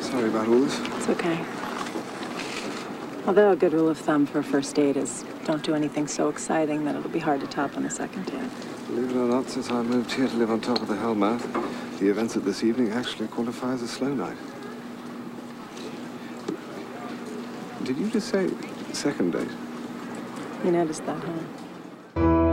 Sorry about all this. It's okay. Although a good rule of thumb for a first date is don't do anything so exciting that it'll be hard to top on a second date. Believe it or not, since I moved here to live on top of the Hellmouth, the events of this evening actually qualify as a slow night. Did you just say second date? You noticed that, huh?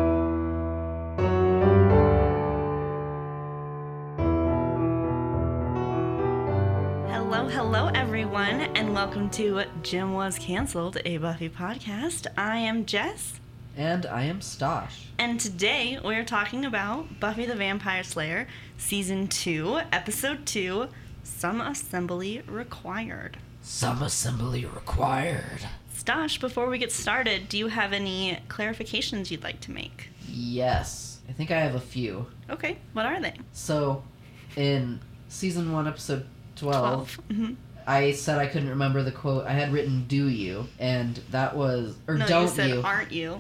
Hello, hello, everyone, and welcome to Jim Was Cancelled, a Buffy podcast. I am Jess, And I am Stosh. and today we're talking about Buffy the Vampire Slayer, Season 2, Episode 2 Some Assembly Required. Some assembly required. Stosh, before we get started, do you have any clarifications you'd like to make? Yes. I think I have a few. Okay, what are they? So, in season 1, episode 12, 12. Mhm. I said I couldn't remember the quote. I had written, Do you? And that was. Or No, don't you said Aren't, aren't you.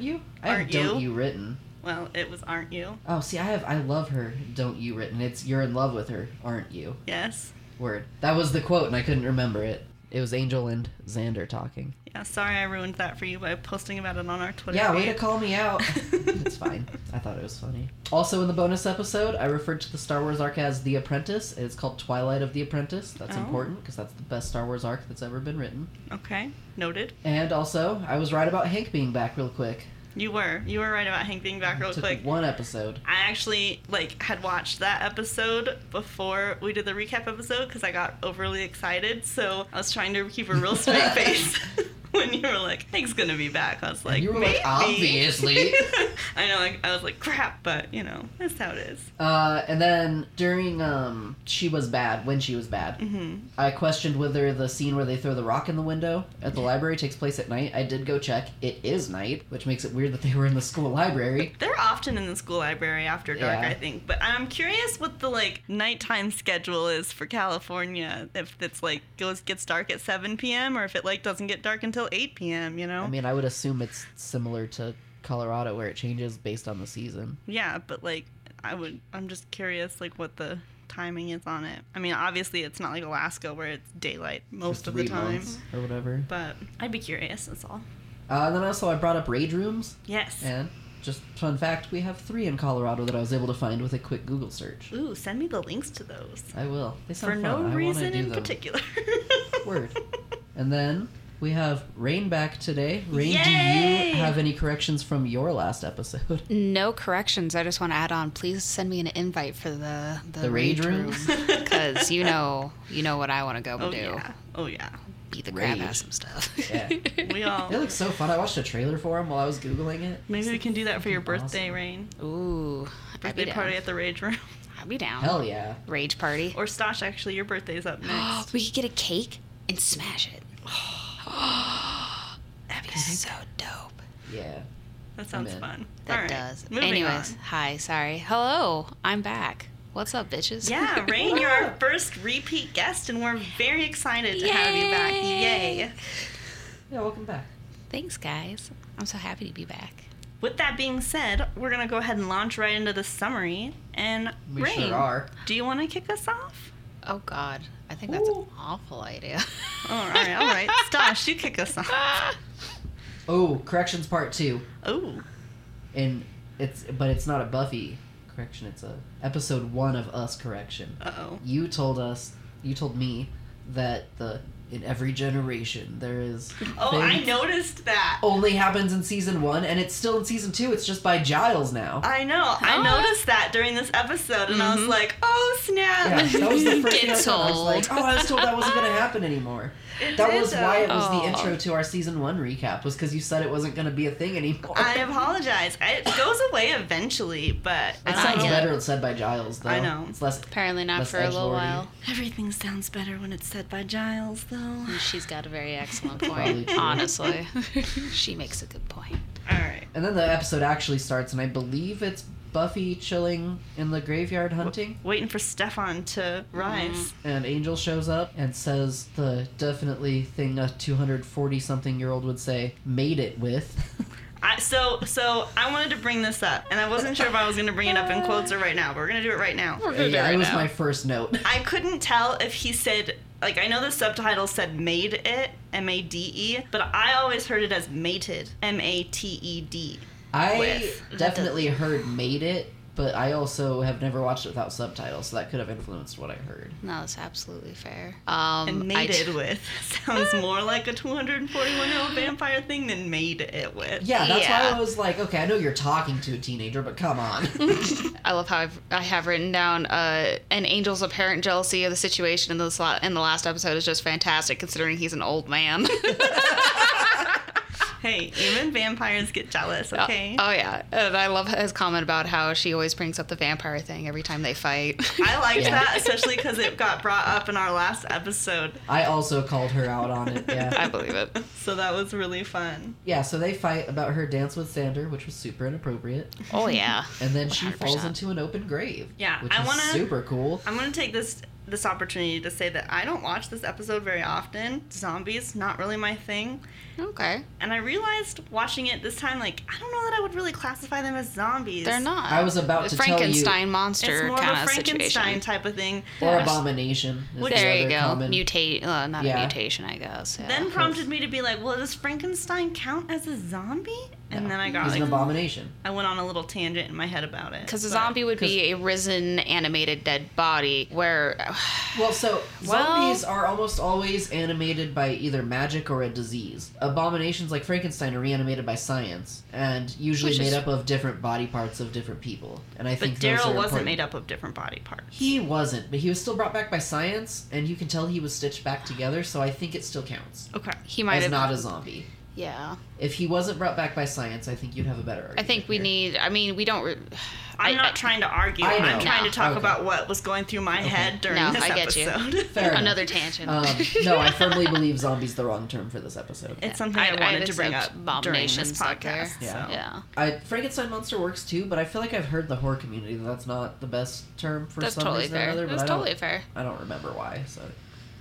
you? I have aren't don't you? you written. Well, it was aren't you. Oh, see, I have I love her, don't you written. It's you're in love with her, aren't you? Yes. Word. That was the quote, and I couldn't remember it. It was Angel and Xander talking. Yeah, sorry I ruined that for you by posting about it on our Twitter. Yeah, way feed. to call me out. it's fine. I thought it was funny. Also, in the bonus episode, I referred to the Star Wars arc as The Apprentice. It's called Twilight of the Apprentice. That's Oh. important because that's the best Star Wars arc that's ever been written. Okay, noted. And also, I was right about Hank being back real quick. You were. You were right about Hank being back real Took quick. one episode. I actually like had watched that episode before we did the recap episode because I got overly excited. So I was trying to keep a real straight face when you were like, "Hank's gonna be back." I was like, you were Maybe. like, obviously. I know. Like, I was like, "Crap," but you know, that's how it is. uh, and then during um, She Was Bad, when She Was Bad, Mm-hmm. I questioned whether the scene where they throw the rock in the window at the library takes place at night. I did go check. It is night, which makes it weird that they were in the school library. They're often in the school library after dark, Yeah. I think. But I'm curious what the like nighttime schedule is for California. If it's like goes gets dark at 7 p.m. or if it like doesn't get dark until 8 p.m. You know? I mean, I would assume it's similar to Colorado where it changes based on the season. yeah, but like I would. I'm just curious like what the timing is on it. I mean, obviously it's not like Alaska where it's daylight most For of the three time. months or whatever. But I'd be curious. That's all. Uh, and then also, I brought up raid rooms, Yes. and just fun fact, we have three in Colorado that I was able to find with a quick Google search. Ooh, send me the links to those I will. They for sound fun. I no wanna reason do in them. particular. Word. And then we have Rain back today. Rain, do Yay! you have any corrections from your last episode? No corrections. I just want to add on. Please send me an invite for the the, The raid room? because you know you know what I want to go and Oh do. yeah. Oh yeah. Beat the crap Raid. out of some stuff. Yeah. We all. It looks so fun. I watched a trailer for him while I was Googling it. Maybe we can do that for your Awesome. birthday, Rain. Ooh, I'd be Birthday down. party at the Rage Room. I'd be down. Hell yeah. Rage party. Or Stosh, actually, your birthday's up next. we could get a cake and smash it. That'd be so dope. Yeah. That sounds I'm in. fun. That All right, does. Moving Anyways, on. hi. Sorry. Hello. I'm back. What's up, bitches? Yeah, Rain, you're our first repeat guest, and we're very excited to have you back. Yay. Yay! Yeah, welcome back. Thanks, guys. I'm so happy to be back. With that being said, we're gonna go ahead and launch right into the summary. And We Rain, sure are. do you want to kick us off? Oh God, I think that's an Ooh. awful idea. Oh, all right, all right. Stosh, you kick us off. Oh, corrections part two, Oh, and it's but it's not a Buffy correction. It's a episode one of Us correction. uh oh. You told us, you told me that the in every generation there is. Oh, I things- noticed that. Only happens in season one, and it's still in season two. It's just by Giles now. I know. I Huh? noticed that during this episode, and Mm-hmm. I was like, "Oh snap!" Yeah, that was the first Get thing I, thought. I was like, told. oh, I was told that wasn't going to happen anymore. It That did, was why it though. was the Aw. intro to our season one recap, was because you said it wasn't going to be a thing anymore. I apologize. It goes away eventually, but I It don't sounds know. better when it's said by Giles, though. I know. It's less Apparently not Less for a little edgelordy. while. Everything sounds better when it's said by Giles, though. She's got a very excellent Probably point. true. honestly, she makes a good point. All right. And then the episode actually starts, and I believe it's Buffy chilling in the graveyard hunting. Waiting for Stefan to rise. And Angel shows up and says the definitely thing a 240 something year old would say, made it with. I, so, so I wanted to bring this up, and I wasn't sure if I was going to bring it up in quotes or right now, but we're going to do it right now. yeah, it was my first note. I couldn't tell if he said Like I know the subtitle said made it, M A D E, but I always heard it as mated, M A T E D. I with. definitely heard made it, but I also have never watched it without subtitles, so that could have influenced what I heard. No, that's absolutely fair. Um, And I made t- it with sounds more like a 241 year old vampire thing than made it with. Yeah, that's why Yeah. I was like, okay, I know you're talking to a teenager, but come on. I love how I've, I have written down uh, an angel's apparent jealousy of the situation in the sla- in the last episode is just fantastic, considering he's an old man. Hey, even vampires get jealous. Okay. oh yeah, and I love his comment about how she always brings up the vampire thing every time they fight. I liked Yeah. that, especially because it got brought up in our last episode. I also called her out on it. Yeah. I believe it. So that was really fun. Yeah, so they fight about her dance with Sander, which was super inappropriate. Oh yeah. And then she falls 100%. into an open grave. Yeah, Which I is wanna- super cool. I'm gonna take this this opportunity to say that I don't watch this episode very often. Zombies, not really my thing. Okay, And I realized watching it this time, like I don't know that I would really classify them as zombies. they're not. I was about The to tell you- Frankenstein It's monster more of a kind Frankenstein situation. type of thing. Or abomination. is the There you other go. common- Mutate. Uh, not Yeah. a mutation, I guess. Yeah. Then prompted me to be like, well, does Frankenstein count as a zombie? And No, then I got He's like, an abomination. I went on a little tangent in my head about it. Because a but- zombie would be a risen, animated dead body where Well, so Well- zombies are almost always animated by either magic or a disease. Abominations like Frankenstein are reanimated by science and usually Which made is- up of different body parts of different people. And I But think those Daryl are wasn't important. made up of different body parts. He wasn't, but he was still brought back by science, and you can tell he was stitched back together. So I think it still counts Okay. he might as have. not a zombie. yeah. If he wasn't brought back by science, I think you'd have a better argument. I think we here. need. I mean, we don't. Re- I'm I- not I- trying to argue. I I'm know. trying No. to talk Okay. about what was going through my head during No, this I get you. episode. Fair enough. another tangent. Um, no, I firmly believe "zombies" the wrong term for this episode. It's something I, I'd- I'd wanted to bring up accept during this abominations out there. podcast. Yeah. So. yeah. I, Frankenstein monster works too, but I feel like I've heard the horror community that that's not the best term for That's some totally reason or fair. another. But That's I don't, totally fair. I don't remember why. So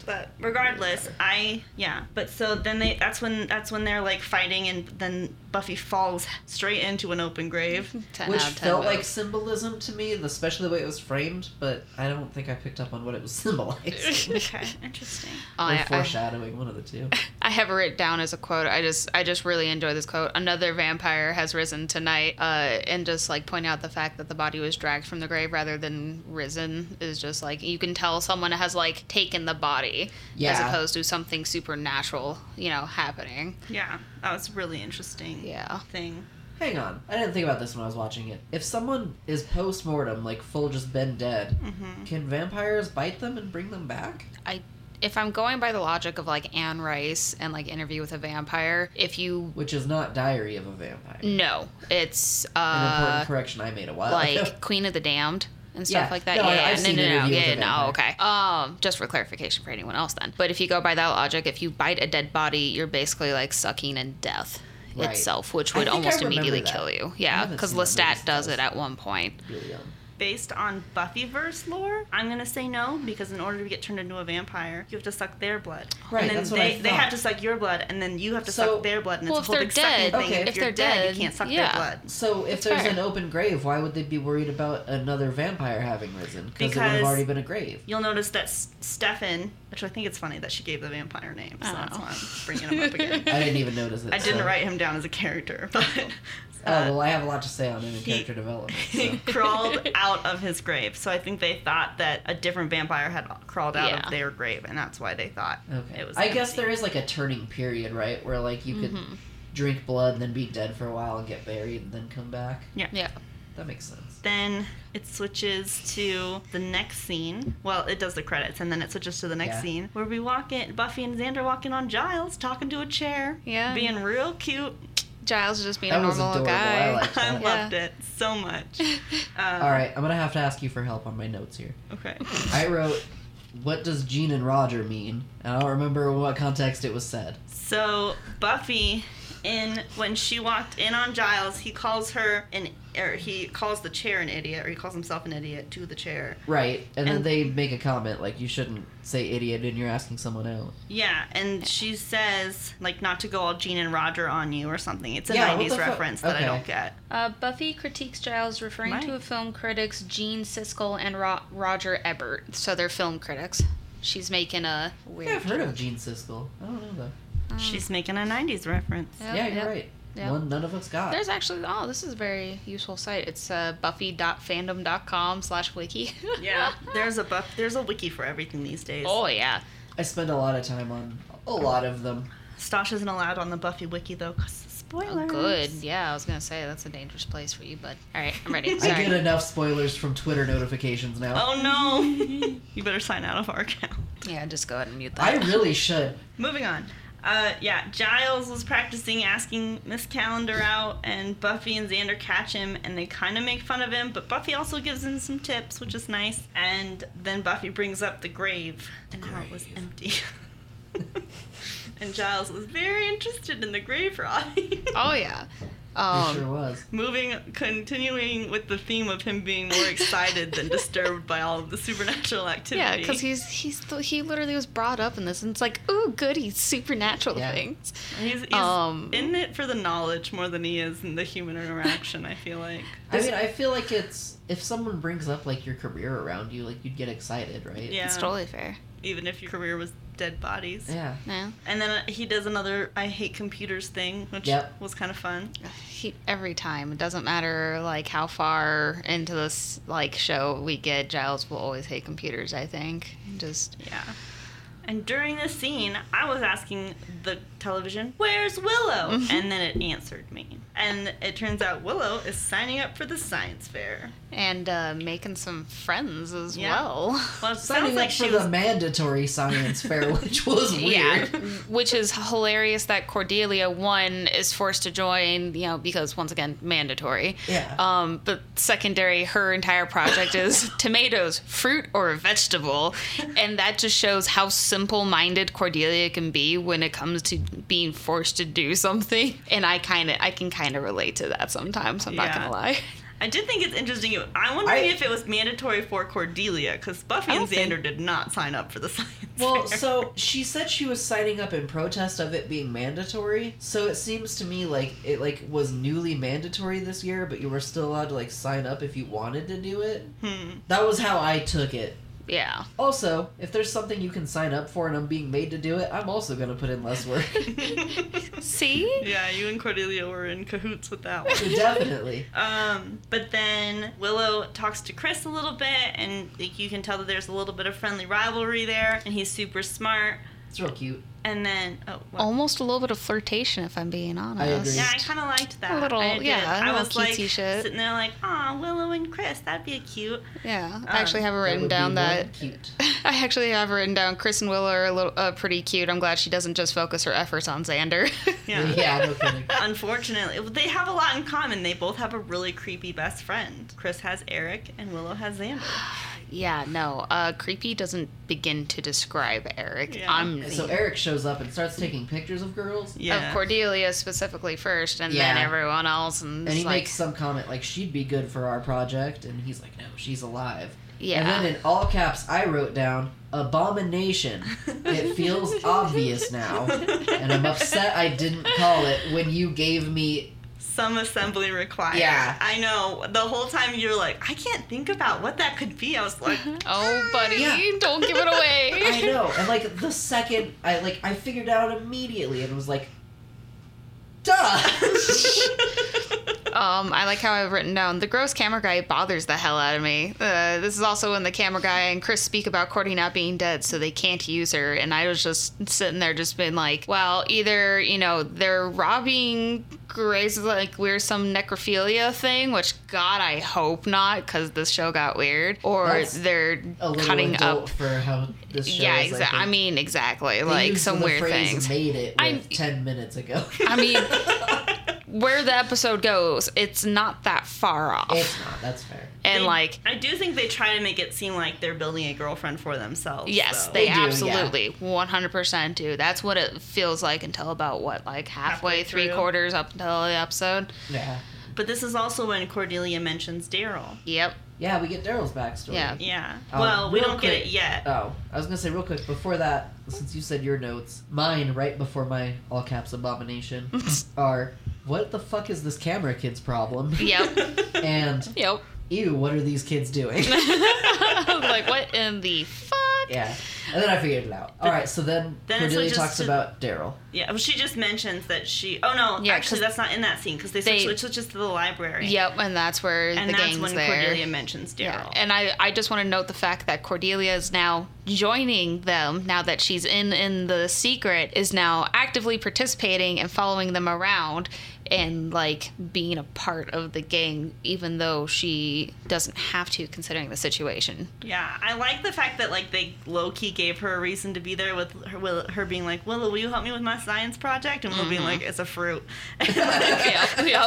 But regardless, I yeah. But so then they that's when that's when they're like fighting and then Buffy falls straight into an open grave. 10 which out of 10 felt like votes. symbolism to me, especially the way it was framed. But I don't think I picked up on what it was symbolizing. Okay, interesting. Oh, or I, I, foreshadowing, one of the two. I have it written down as a quote. I just, I just really enjoy this quote. Another vampire has risen tonight, uh, and just like point out the fact that the body was dragged from the grave rather than risen is just like you can tell someone has like taken the body as Yeah. opposed to something supernatural, you know, happening. Yeah, that was really interesting. Yeah. Thing. Hang on, I didn't think about this when I was watching it. If someone is post mortem, like full just been dead, Mm-hmm. can vampires bite them and bring them back? I if I'm going by the logic of like Anne Rice and like Interview with a Vampire, if you Which is not Diary of a Vampire. no, it's An uh important correction I made a while ago. like Queen of the Damned and stuff Yeah. like that. No, I- yeah, I've no, seen no, no, Interview with yeah, a no, okay. Um, just for clarification for anyone else, then. But if you go by that logic, if you bite a dead body, you're basically like sucking in death Right. itself, which I would think I almost remember immediately that. kill you. I Yeah, haven't because seen that movie Lestat since does I was- it at one point. really um, young. Based on Buffyverse lore, I'm gonna say no because in order to get turned into a vampire, you have to suck their blood. Right, And then that's they what I they thought. have to suck your blood, and then you have to So- suck their blood, and Well, it's if a whole they're big sucking dead- thing. Okay. If, if you're they're dead, dead, you can't suck yeah. their blood. So if That's there's fair. an open grave, why would they be worried about another vampire having risen? Because it would have Because- already been a grave. You'll notice that S- Stefan, which I think it's funny that she gave the vampire name, so that's Oh. why I'm bringing him up again. I didn't even notice it. I didn't so- write him down as a character, but uh, Oh well, I have a lot to say on him in he- character development. he So. crawled out of his grave. So I think they thought that a different vampire had crawled out Yeah. of their grave, and that's why they thought Okay. it was. I guess empty. Mm-hmm. there is like a turning period, right, where like you could drink blood and then be dead for a while and get buried and then come back. Yeah. That makes sense. Then it switches to the next scene. Well, it does the credits, and then it switches to the next Yeah. scene where we walk in. Buffy and Xander walking on Giles, talking to a chair. Yeah. being real cute. Giles is just being That a was normal adorable. guy. I liked I that. Yeah. loved it so much. Uh, All right, I'm gonna have to ask you for help on my notes here. Okay. I wrote, "What does Gene and Roger mean?" And I don't remember in what context it was said. So Buffy, in when she walked in on Giles, he calls her an or he calls the chair an idiot, or he calls himself an idiot to the chair. Right, and, then And- they make a comment like, "You shouldn't say idiot," and you're asking someone out. Yeah, and she says like not to go all Gene and Roger on you or something. It's a Yeah, what the '90s fu- reference that okay. I don't get. Uh, Buffy critiques Giles, referring Right. to film critics Gene Siskel and Ro- Roger Ebert. So they're film critics. She's making a weird. Yeah, I've heard of Gene Siskel. I don't know though. She's making a 90s reference. Yep, yeah, you're yep, right. yep. One none of us got. There's actually oh, this is a very useful site. It's uh, buffy.fandom.com slash wiki. There's a buff there's a wiki for everything these days. oh yeah. I spend a lot of time on a lot of them. Stosh isn't allowed on the Buffy wiki though, 'cause Oh, spoilers. good. Yeah, I was gonna say that's a dangerous place for you, but all right, I'm ready. I Sorry. get enough spoilers from Twitter notifications now. Oh no. you better sign out of our account. Yeah, just go ahead and mute I that. really should. Moving on. Uh, yeah, Giles was practicing asking Miss Calendar out, and Buffy and Xander catch him, and they kind of make fun of him, but Buffy also gives him some tips, which is nice. And then Buffy brings up the grave and how it was Grave. empty. and Giles was very interested in the grave rotting. oh yeah. It Um, sure was. Moving, continuing with the theme of him being more excited than disturbed by all of the supernatural activity. Yeah, because he's he's th- he literally was brought up in this, and it's like, ooh, goody, supernatural Yeah. things. He's, he's Um, in it for the knowledge more than he is in the human interaction, I feel like. I mean, I feel like it's if someone brings up like your career around you, like you'd get excited, right? Yeah. It's totally fair. Even if your career was dead bodies. Yeah. No, And then he does another I hate computers thing, which Yep. was kind of fun. he, every time it doesn't matter like how far into this like show we get, Giles will always hate computers. I think just Yeah. And during this scene, I was asking the television, Where's Willow? Mm-hmm. and then it answered me. And it turns out Willow is signing up for the science fair. and uh, making some friends as Yeah. well. Well, it sounds Signing like up for she the was. mandatory science fair, which was weird. Yeah, which is hilarious that Cordelia one is forced to join, you know, because once again mandatory. Yeah. Um, but secondary, her entire project is tomatoes, fruit, or a vegetable, and that just shows how simple-minded Cordelia can be when it comes to being forced to do something. And I kind of, I can kind of relate to that sometimes. I'm not Yeah. gonna lie. I did think it's interesting. I'm wondering I- if it was mandatory for Cordelia, because Buffy I and don't think- Xander did not sign up for the science Well, fair. so she said she was signing up in protest of it being mandatory. So it seems to me like it like was newly mandatory this year, but you were still allowed to like sign up if you wanted to do it. Hmm. That was how I took it. Yeah. Also, if there's something you can sign up for and I'm being made to do it, I'm also gonna put in less work. See. Yeah, you and Cordelia were in cahoots with that one. Definitely. Um, but then Willow talks to Chris a little bit, and like, you can tell that there's a little bit of friendly rivalry there, and he's super smart. It's real cute. And then, oh, what? Almost a little bit of flirtation, if I'm being honest. yeah, I kind of liked that. A little- I did. yeah, a I little was like cutesy shit. sitting there like, ah, Willow and Chris, that'd be a cute. Yeah, I actually have it written Um, would be down one that. cute. I actually have it written down. Chris and Will are a little uh, pretty cute. I'm glad she doesn't just focus her efforts on Xander. Yeah. yeah, no kidding. Unfortunately, they have a lot in common. They both have a really creepy best friend. Chris has Eric, and Willow has Xander. yeah, no. Uh, creepy doesn't begin to describe Eric. Yeah. I'm So Eric shows up and starts taking pictures of girls. Yeah. of Cordelia specifically first, and Yeah. then everyone else, and, And he it's like, makes some comment like she'd be good for our project, and he's like, "No, she's alive." And yeah, then in all caps, I wrote down abomination. It feels obvious now, and I'm upset I didn't call it when you gave me. Some assembly required. Yeah. I know. The whole time you were like, I can't think about what that could be. I was like, oh, buddy, Yeah. don't give it away. I know, and like the second I like, I figured out immediately, and was like, "Duh." Um, I like how I've written down the gross camera guy bothers the hell out of me. Uh, this is also when the camera guy and Chris speak about Courtney not being dead, so they can't use her. And I was just sitting there, just being like, well, either you know they're robbing Grace like we're some necrophilia thing, which God I hope not, because this show got weird, or That's they're A little cutting adult up. for how this show. Yeah, is, I exactly. I, think. mean, exactly, They like used some the weird phrase things. Made it I'm- with ten minutes ago. I mean, where the episode goes, it's not that far off. it's not. That's fair. and They- like I do think they try to make it seem like they're building a girlfriend for themselves. Yes, though. they, They do, yeah. absolutely 100% do. That's what it feels like until about what, like halfway, Halfway three through. quarters up until the episode. Yeah. But this is also when Cordelia mentions Daryl. Yep. Yeah, we get Daryl's backstory. Yeah. Yeah. Um, well, we real don't get quick- it yet. Oh, I was gonna say real quick before that, since you said your notes, mine right before my all caps abomination are what the fuck is this camera kid's problem? Yep. and yep. ew, what are these kids doing? like what in the fuck? yeah. And then I figured it out. All right, so then, then it's, like, Cordelia just talks to- about Daryl. Yeah, well, she just mentions that she. Oh no, Yeah, actually, 'cause that's not in that scene because they, they- switch, it switches to the library. Yep, and that's where and the that's gang's when there. Cordelia mentions Daryl. Yeah, and I, I just want to note the fact that Cordelia is now joining them now that she's in in the secret is now actively participating and following them around and like being a part of the gang even though she doesn't have to considering the situation. Yeah, I like the fact that like they low key gave her a reason to be there with her, will, her being like, "Willow, will you help me with my science project?" And Willow Mm-hmm. being like, "It's a fruit." And, like, yeah, yeah.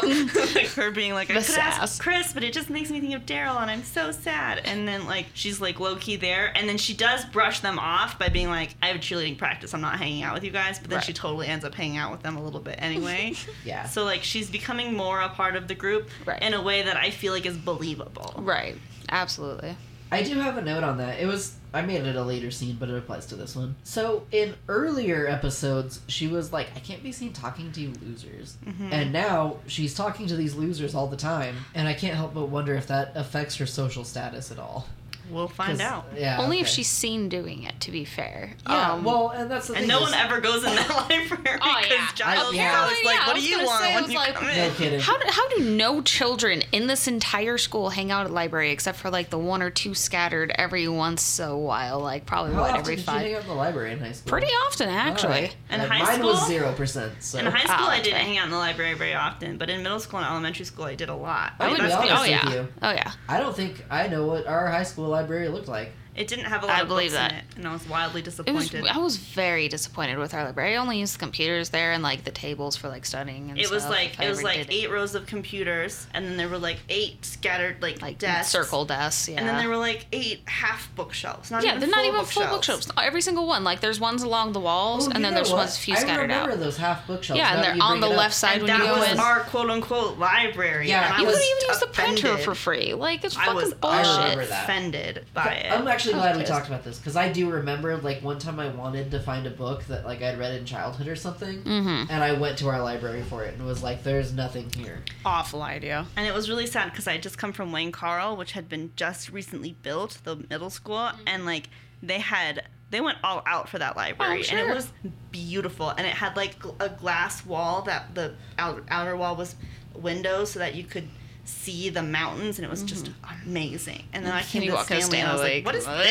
like, her being like, "I The could sass. ask Chris, but it just makes me think of Daryl, and I'm so sad." And then like she's like low key there, and then she does brush them off by being like, "I have cheerleading practice. I'm not hanging out with you guys." But then she Right. totally ends up hanging out with them a little bit anyway. Yeah. So like she's becoming more a part of the group Right. in a way that I feel like is believable. Right. Absolutely. I do have a note on that. It was I made it a later scene, but it applies to this one. So in earlier episodes, she was like, "I can't be seen talking to you losers," and now she's talking to these losers all the time, and I can't help but wonder if that affects her social status at all. We'll 'Cause- find out. Yeah. Only if okay. she's seen doing it to be fair. Yeah. Um, well, and that's the And thing. no is- one ever goes in that library Oh, because yeah. Giles I- yeah. is always like, Yeah, I "What do was you gonna want say, I when was you like- come No in?" kidding. How do, how do no children in this entire school hang out at library except for like the one or two scattered every once so while, like probably How what often every did you hang five? out in the library in high school? Pretty often, actually. In Uh, high mine was school? zero percent. So In high school, Oh, I didn't okay. hang out in the library very often, but in middle school and elementary school, I did a lot. I would That's be because oh honest with yeah, you. oh yeah. I don't think I know what our high school library looked like. It didn't have a I lot of believe books that. in it, and I was wildly It was. disappointed. I was very disappointed with our library. I only used the computers there and like the tables for like studying and It was stuff, like if I it was ever like did eight rows of computers, and then there were like eight scattered like, like desks, circle desks. Yeah. and then there were like eight half bookshelves. Not yeah, even they're full not even bookshelves. full bookshelves. Every single one. Like there's ones along the walls, Oh, you and then know there's what? ones few scattered I remember out. those half bookshelves. Yeah, now and that they're you on bring the it up. left side And when that you go was in. our quote unquote library. Yeah, and I you You was couldn't even use the printer offended. for free. Like it's I fucking was bullshit. um, remember that. offended by it. I'm actually I was glad we pissed. talked about this because I do remember like one time I wanted to find a book that like I'd read in childhood or something, Mm-hmm. and I went to our library for it and was like, "There's nothing here." Awful idea. And it was really sad because I had just come from Wayne Carl, which had been just recently built, the middle school, Mm-hmm. and like they had they went all out for that library, Oh, and it sure. was beautiful. And it had like gl- a glass wall that the out- outer wall was windows so that you could see the mountains, and it was just amazing. And then I came Mm-hmm. you to walk in, Stanley, and I was like,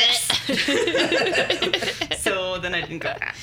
Stanley, "What is like, this?" so then I didn't go back.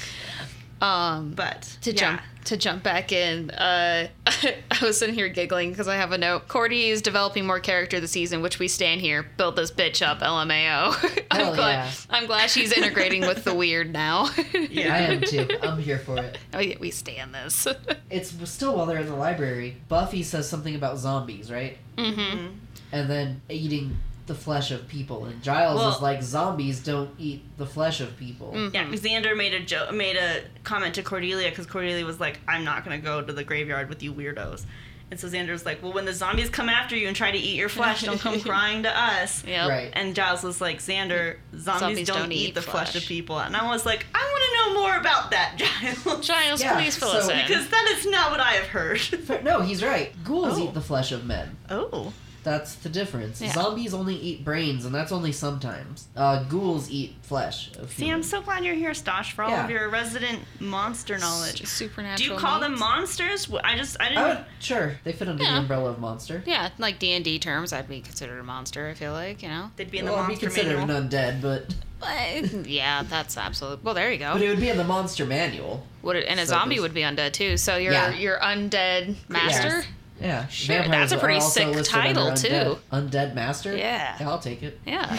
Um, But to yeah. jump to jump back in, uh, I was sitting here giggling because I have a note. Cordy is developing more character this season, which we stand here, build this bitch up, LMAO. I'm Hell glad. yeah. I'm glad she's integrating with the weird now. I am too. I'm here for it. Oh, yeah, we stand this. Mm-hmm. It's still while they're in the library. Buffy says something about zombies, right? hmm And then eating the flesh of people, and Giles Well- is like, "Zombies don't eat the flesh of people." Mm. Yeah, Xander made a joke, made a comment to Cordelia because Cordelia was like, "I'm not gonna go to the graveyard with you weirdos," and so Xander's like, "Well, when the zombies come after you and try to eat your flesh, don't come crying to us." Yep. Right. And Giles was like, "Xander, zombies, Zombies don't, don't eat, eat the flesh. flesh." of people," and I was like, "I want to know more about that, Giles, Giles, Yeah, please fill so- us in. because that is not what I have heard." But no, he's right. Ghouls Oh. eat the flesh of men. oh, That's the difference. Yeah. Zombies only eat brains, and that's only sometimes. Uh, ghouls eat flesh. Of see, I'm humans. so glad you're here, Stosh, for all Yeah. of your resident monster knowledge. S- supernatural. Do you call them needs? monsters? Wh- I just I didn't. Uh, sure, they fit under the Yeah. umbrella of monster. Yeah, like D and D terms, I'd be considered a monster. I feel like you know. They'd be in the well, it'd be monster considered manual. an undead, but But, yeah, that's absolute. Well, there you but go. it would be in the monster manual. Would it, and a So zombie there's- would be undead too. So you're Yeah. you're undead master. Yeah, Sure, vampires that's a are pretty also sick listed under title, undead. too. Undead master. Yeah. I'll take it. Yeah,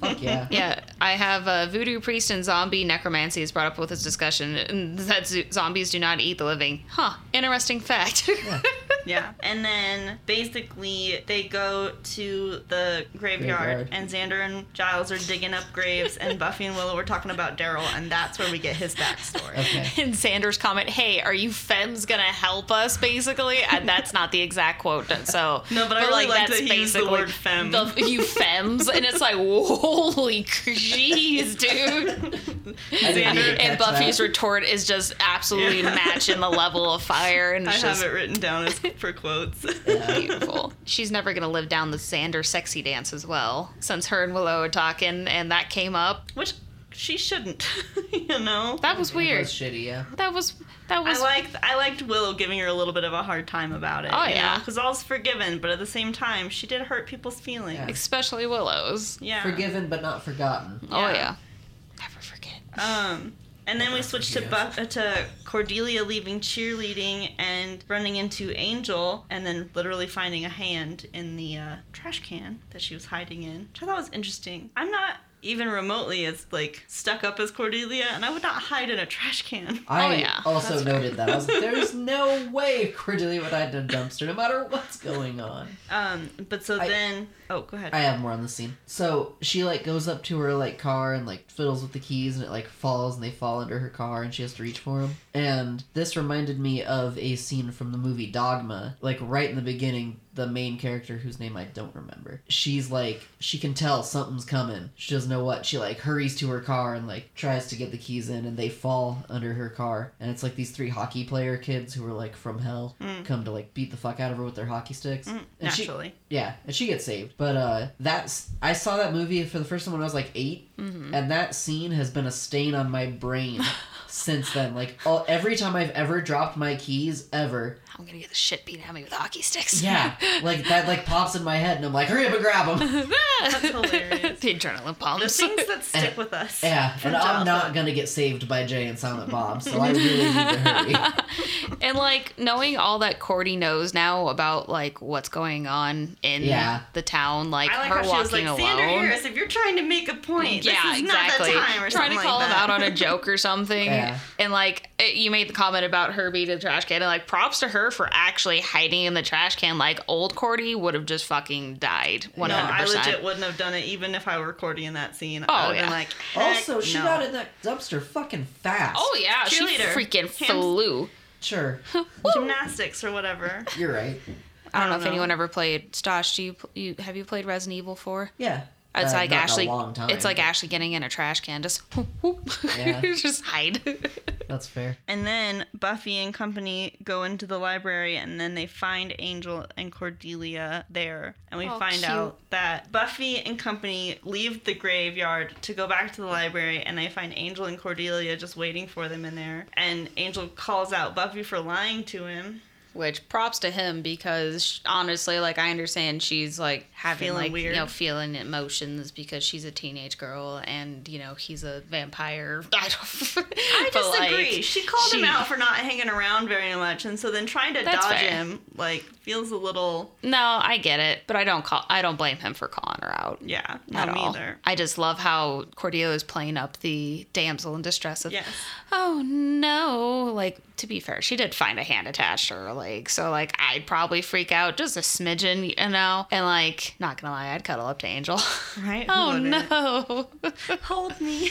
Fuck yeah. yeah. I have uh, voodoo priest and zombie necromancy is brought up with this discussion and that zo- zombies do not eat the living. Huh? Interesting fact. Yeah. And then basically they go to the graveyard, Graveyard. and Xander and Giles are digging up graves and Buffy and Willow were talking about Daryl and that's where we get his backstory. Okay. And Sanders' comment, "Hey, are you femmes gonna help us?" Basically, and that's not the exact quote. So No, but I really liked that he used the word femme. the- you femmes, and it's like, holy jeez, dude. I didn't Xander and even And catch Buffy's that. retort is just absolutely Yeah. matching the level of fire, and I it's have just it written down as for quotes. beautiful. She's never gonna live down the Xander sexy dance as well, since her and Willow are talking, and that came up. Which she shouldn't, you know. That was It weird. was shitty, yeah. That was that I was liked I liked Willow giving her a little bit of a hard time about it. Oh, yeah. because all's forgiven, but at the same time, she did hurt people's feelings. Yeah. especially Willows. Yeah. Forgiven but not forgotten. Oh Yeah. yeah. Never forget. Um, and then we switched to Buff, uh, to Cordelia leaving cheerleading and running into Angel, and then literally finding a hand in the uh, trash can that she was hiding in, which I thought was interesting. I'm not even remotely as like stuck up as Cordelia, and I would not hide in a trash can. I oh, yeah, also that's noted that. I was like, there's no way Cordelia would hide in a dumpster, no matter what's going on. Um, but so I- then, oh, go ahead. I have more on the scene. So she like goes up to her like car and like fiddles with the keys and it like falls and they fall under her car and she has to reach for them. And this reminded me of a scene from the movie Dogma. Like right in the beginning, the main character whose name I don't remember, she's like she can tell something's coming. She doesn't know what. She like hurries to her car and like tries to get the keys in and they fall under her car. And it's like these three hockey player kids who are like from hell come to like beat the fuck out of her with their hockey sticks. and she- Naturally, yeah, and she gets saved. But uh that's I saw that movie for the first time when I was like 8 Mm-hmm. and that scene has been a stain on my brain since then. Like all, every time I've ever dropped my keys ever, I'm gonna get the shit beat out of me with hockey sticks. yeah, like that like pops in my head, and I'm like, hurry up and grab them. That's hilarious. the adrenaline the pumps. things that stick with us. Yeah, from and I'm childhood. not gonna get saved by Jay and Silent Bob, so I really need to hurry. and like knowing all that Cordy knows now about like what's going on in Yeah. the town, like, I like her how she was walking like, Sandra alone. Harris, if you're trying to make a point, yeah, this is exactly. not the time or Trying something to call like him that. out on a joke or something, Yeah. and like it, you made the comment about her being in the trash can, and like props to her for actually hiding in the trash can. Like old Cordy would have just fucking died, one No, hundred I legit percent. wouldn't have done it even if I were Cordy in that scene. Oh, I would have yeah. been like, heck Also, she no. got in that dumpster fucking fast. Oh yeah, she Cheerleader. freaking Hands- flew. sure, gymnastics or whatever. you're right. I don't know don't if know. anyone ever played Stosh. Do you, you have you played Resident Evil four? Yeah, It's Uh, like not in a Ashley. long time, it's like but Ashley getting in a trash can, just whoop, whoop, Yeah. just hide. that's fair. And then Buffy and company go into the library and then they find Angel and Cordelia there. And we Oh, find cute. out that Buffy and company leave the graveyard to go back to the library and they find Angel and Cordelia just waiting for them in there. And Angel calls out Buffy for lying to him. Which props to him because sh- honestly, like I understand she's like having Feeling like weird. you know feeling emotions because she's a teenage girl and you know he's a vampire. I don't. I but, like, disagree. she called him she- out for not hanging around very much, and so then trying to That's dodge fair. him like feels a little No, I get it, but I don't call. I don't blame him for calling her out. yeah, At not all. either. I just love how Cordelia is playing up the damsel in distress of Yes. oh no like to be fair she did find a hand attached to her leg so like i'd probably freak out just a smidgen you know and like not gonna lie i'd cuddle up to angel Right? oh Who wouldn't? no Hold me.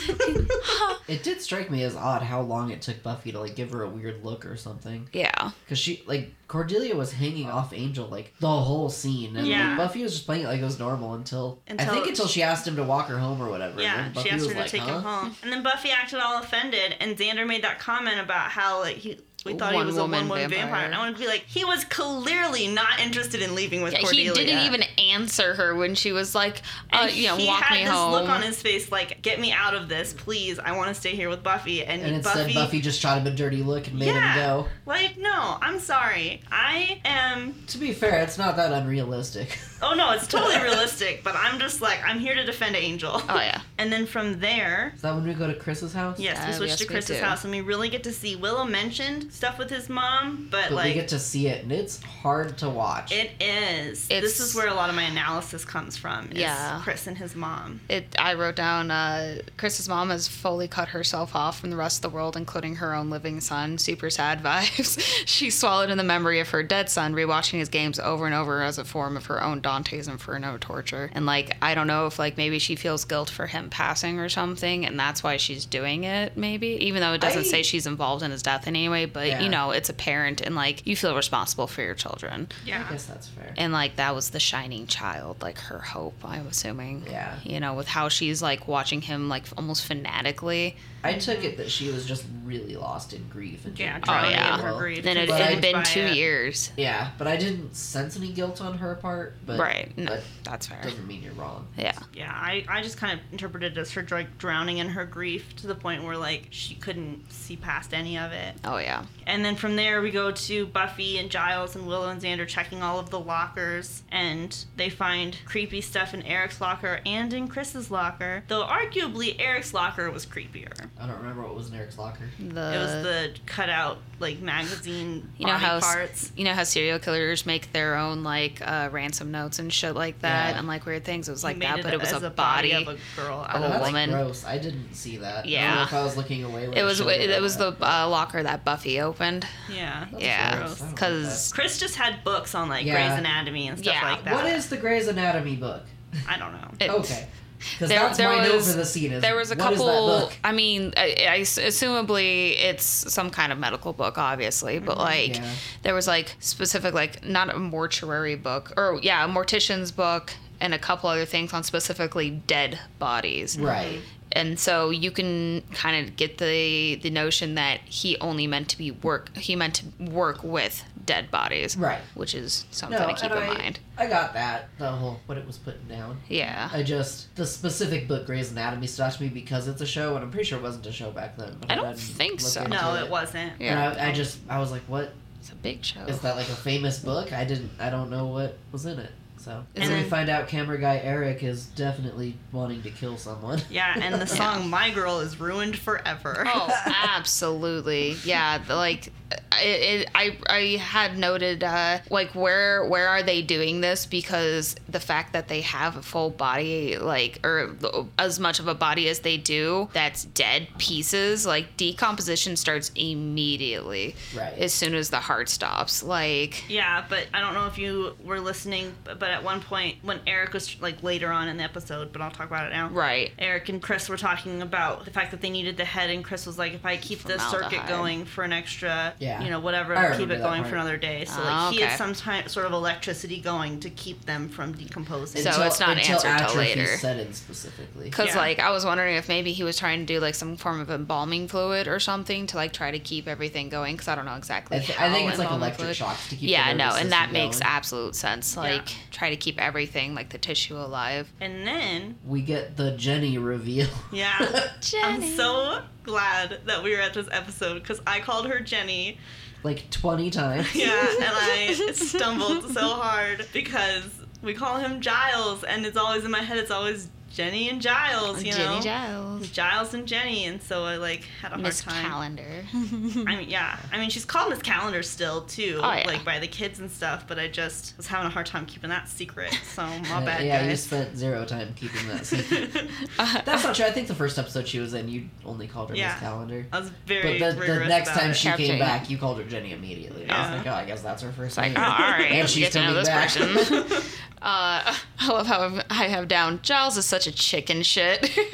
It did strike me as odd how long it took Buffy to like give her a weird look or something. yeah Cause she like Cordelia was hanging off Angel like the whole scene, and Yeah. like, Buffy was just playing it like it was normal until, I Until- think until she asked him to walk her home or whatever. yeah, and then she Buffy asked was her to like, take "Huh?" him home, and then Buffy acted all offended, and Xander made that comment about how like he. We thought he One was woman a one-woman vampire. vampire. and I want to be like, he was clearly not interested in leaving with Yeah, he Cordelia. didn't even answer her when she was like uh, And you know he walk had me this home look on his face, like, "Get me out of this, please. I want to stay here with Buffy." And, And instead, Buffy, just shot him a dirty look and made yeah, him go. like, no, I'm sorry. I am To be fair, it's not that unrealistic. Oh no, it's totally realistic, but I'm just like I'm here to defend Angel. oh yeah And then from there, Is that when we go to Chris's house? yes, we Uh, switch yes, to we Chris's do. house, and we really get to see Willow mentioned stuff with his mom, but, but like we get to see it, and it's hard to watch. it is. It's- this is where a lot of my analysis comes from. Is Yeah. Chris and his mom. it i wrote down uh, chris's mom has fully cut herself off from the rest of the world including her own living son super sad vibes she swallowed in the memory of her dead son rewatching his games over and over as a form of her own dante's inferno torture and like i don't know if like maybe she feels guilt for him passing or something and that's why she's doing it maybe even though it doesn't I- say she's involved in his death in any way but Yeah. you know, it's a parent and like you feel responsible for your children. I Yeah. guess that's fair. And like that was the shining child, like her hope, I'm assuming. Yeah. You know, with how she's like watching him like almost fanatically. I took it that she was just really lost in grief and Yeah, didn't Oh, drowning yeah. in her feel- grief. And it, it But I- had been by two it. years. Yeah, but I didn't sense any guilt on her part. But, right. No, but that's fair. doesn't mean you're wrong. Yeah. Yeah, I, I just kind of interpreted it as her like drowning in her grief to the point where like she couldn't see past any of it. Oh yeah. And then from there we go to Buffy and Giles and Willow and Xander checking all of the lockers and they find creepy stuff in Eric's locker and in Chris's locker. Though arguably Eric's locker was creepier. I don't remember what was in Eric's locker. The, It was the cutout like magazine Uh, you know body how s- parts. you know how serial killers make their own like uh, ransom notes and shit like that Yeah. and like weird things. It was He like made that, but it was as a body. of a girl. I Oh, don't That's know. woman. gross. I didn't see that. I don't know Yeah. if I was looking away. when it was showed it, or was the not. uh, locker that Buffy opened. Yeah. That's yeah, gross. I don't like because Chris just had books on like Yeah. Grey's Anatomy and stuff Yeah. like that. What is the Grey's Anatomy book? I don't know. Okay. Because There- that's there my was- note for the scene. Is, there was a what is that couple. book? I mean, I, I s- assumably it's some kind of medical book, obviously, but like Yeah. there was like specific like not a mortuary book or yeah, a mortician's book and a couple other things on specifically dead bodies. Right. and so you can kind of get the the notion that he only meant to be work he meant to work with dead bodies Right. which is something No, to keep and in I, mind I got that. The whole what it was putting down. yeah I just the specific book Grey's Anatomy stood out to me because it's a show, and I'm pretty sure it wasn't a show back then. but I don't didn't think look so. into No, it wasn't. yeah Oh. And I, I just I was like, what it's a big show is that? Like a famous book? I didn't. I don't know what was in it. So and, And then we then- find out camera guy Eric is definitely wanting to kill someone. Yeah, and the song My Girl is ruined forever. oh absolutely yeah the, like it, it, I, I had noted uh, like where where are they doing this because the fact that they have a full body like or as much of a body as they do that's dead pieces like decomposition starts immediately Right. as soon as the heart stops like Yeah, but I don't know if you were listening, but at one point when Eric was like later on in the episode, but I'll talk about it now. right Eric and Chris were talking about the fact that they needed the head, and Chris was like, "If I keep this circuit Formaldehyde. going for an extra, Yeah. you know, whatever, I keep remember it that going part. for another day." So like Ah, he okay. had some type, sort of electricity going to keep them from decomposing. So- it's not until answered till atrophy later. Set in specifically. Because Yeah. like I was wondering if maybe he was trying to do like some form of embalming fluid or something to like try to keep everything going. Because I don't know exactly. I, th- how I think it's like embalming electric fluid- shocks to keep. Yeah, the no, nervous and that system makes going. absolute sense. Like try to keep everything like the tissue alive. and then we get the Jenny reveal. yeah, I'm Jenny. so glad that we were at this episode because I called her Jenny. like twenty times. Yeah, and I stumbled so hard because we call him Giles, and it's always in my head. It's always Jenny and Giles, you know, Jenny Giles. Giles and Jenny, and so I like had a Miss hard time. Calendar. I mean, yeah, I mean she's called Miss Calendar still too, Oh, yeah. like by the kids and stuff. But I just was having a hard time keeping that secret. So my Uh, bad, yeah, you guys. spent zero time keeping that secret. That's not true. I think the first episode she was in, you only called her Yeah. Miss Calendar. I was But very the, rigorous the next about time it. she Captain. came back, you called her Jenny immediately. I Yeah. was like, oh, I guess that's her first It's like, name. oh, all right, and let's she's get to coming know back. this person. uh, I love how I've- I have down Giles is such a chicken shit.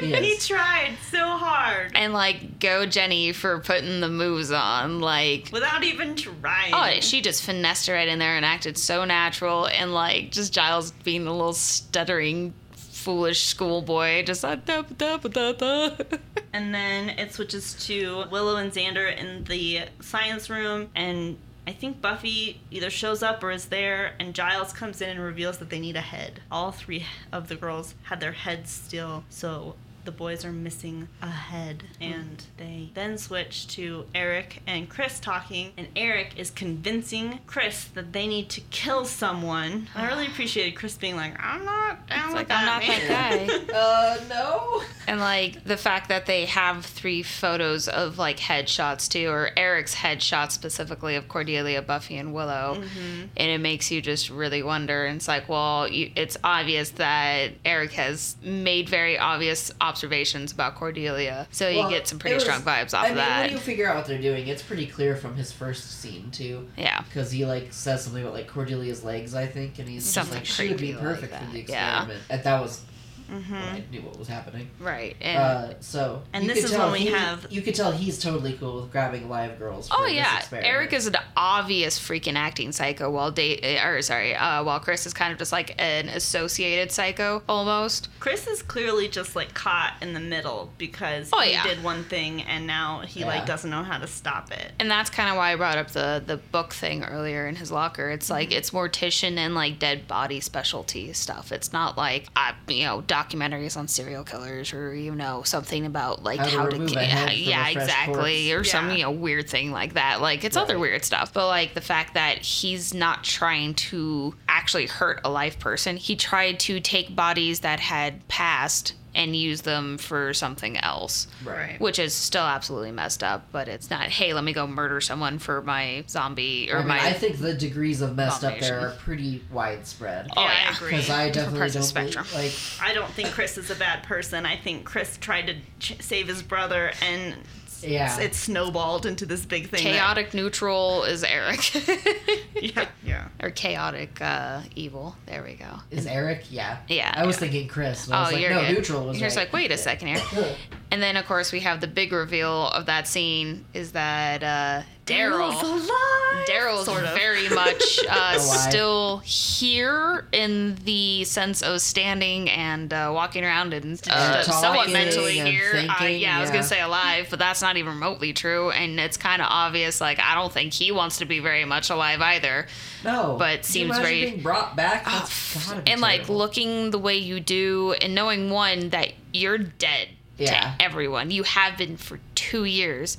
Yes. he tried so hard and like go Jenny for putting the moves on. Like without even trying. Oh, she just finessed her right in there and acted so natural and like just Giles being a little stuttering foolish schoolboy just like da, da, da, da. And then it switches to Willow and Xander in the science room, and I think Buffy either shows up or is there, and Giles comes in and reveals that they need a head. All three of the girls had their heads still, so the boys are missing a head. And they then switch to Eric and Chris talking, and Eric is convincing Chris that they need to kill someone. I really appreciated Chris being like, I'm not down It's with like I'm that. not that man." guy. Uh, no. And like the fact that they have three photos of like headshots too, or Eric's headshots specifically of Cordelia, Buffy, and Willow, Mm-hmm. and it makes you just really wonder. And it's like, well, you, it's obvious that Eric has made very obvious observations about Cordelia, so you Well, get some it pretty was- strong vibes off I of mean, that. when you figure out what they're doing, it's pretty clear from his first scene, too. yeah. Because he like says something about like Cordelia's legs, I think, and he's just Something like she would be creepy like perfect for that, the yeah. Mm-hmm. experiment. And that was when I knew what was happening. Right. And Uh, so And you this is could tell when we he- have- you could tell he's totally cool with grabbing live girls. Oh for this yeah, experiment. Eric is an obvious freaking acting psycho, while date or sorry, uh, while Chris is kind of just like an associated psycho almost. Chris is clearly just like caught in the middle because Oh, he yeah. did one thing and now he Yeah. like doesn't know how to stop it. And that's kind of why I brought up the the book thing earlier in his locker. It's like Mm-hmm. it's mortician and like dead body specialty stuff. It's not like uh, you know documentaries on serial killers or you know something about like How how, to to, remove a ki- head from yeah a fresh exactly or some Yeah. you know weird thing like that. Like it's other Right. weird stuff, but like the fact that he's not trying to actually hurt a live person. He tried to take bodies that had passed and use them for something else right. which is still absolutely messed up but it's not hey let me go murder someone for my zombie or I, mean, my I think the degrees of messed up there are Abomination. pretty widespread. Oh, yeah. I agree. Because I Different definitely parts don't of believe- spectrum. like I don't think Chris is a bad person. I think Chris tried to ch- save his brother, and s- Yeah. it snowballed into this big thing. that- chaotic neutral is eric yeah, yeah. or chaotic uh, evil there we go is Eric? Yeah. Yeah, I was yeah. thinking Chris. And I was oh like, you're no, good. neutral was you're just right. like wait a second eric and then of course we have the big reveal of that scene is that uh, Daryl's daryl alive. Daryl's sort of. very much uh, Alive. still here in the sense of standing and uh, walking around and And uh, somewhat talking mentally and here. Uh, thinking, yeah, I was yeah. gonna say alive, but that's not even remotely true. And it's kind of obvious. Like I don't think he wants to be very much alive either. no, but Can you seems imagine very- being brought back. That's Oh, gotta be and like terrible. looking the way you do, and knowing one that you're dead Yeah. to everyone. You have been for two years.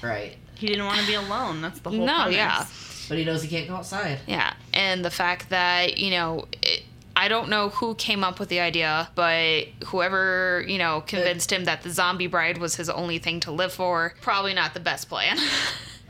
right. He didn't want to be alone. That's the whole. no, premise. yeah. But he knows he can't go outside. Yeah, and the fact that you know, it, I don't know who came up with the idea, but whoever you know convinced him that the zombie bride was his only thing to live for, probably not the best plan.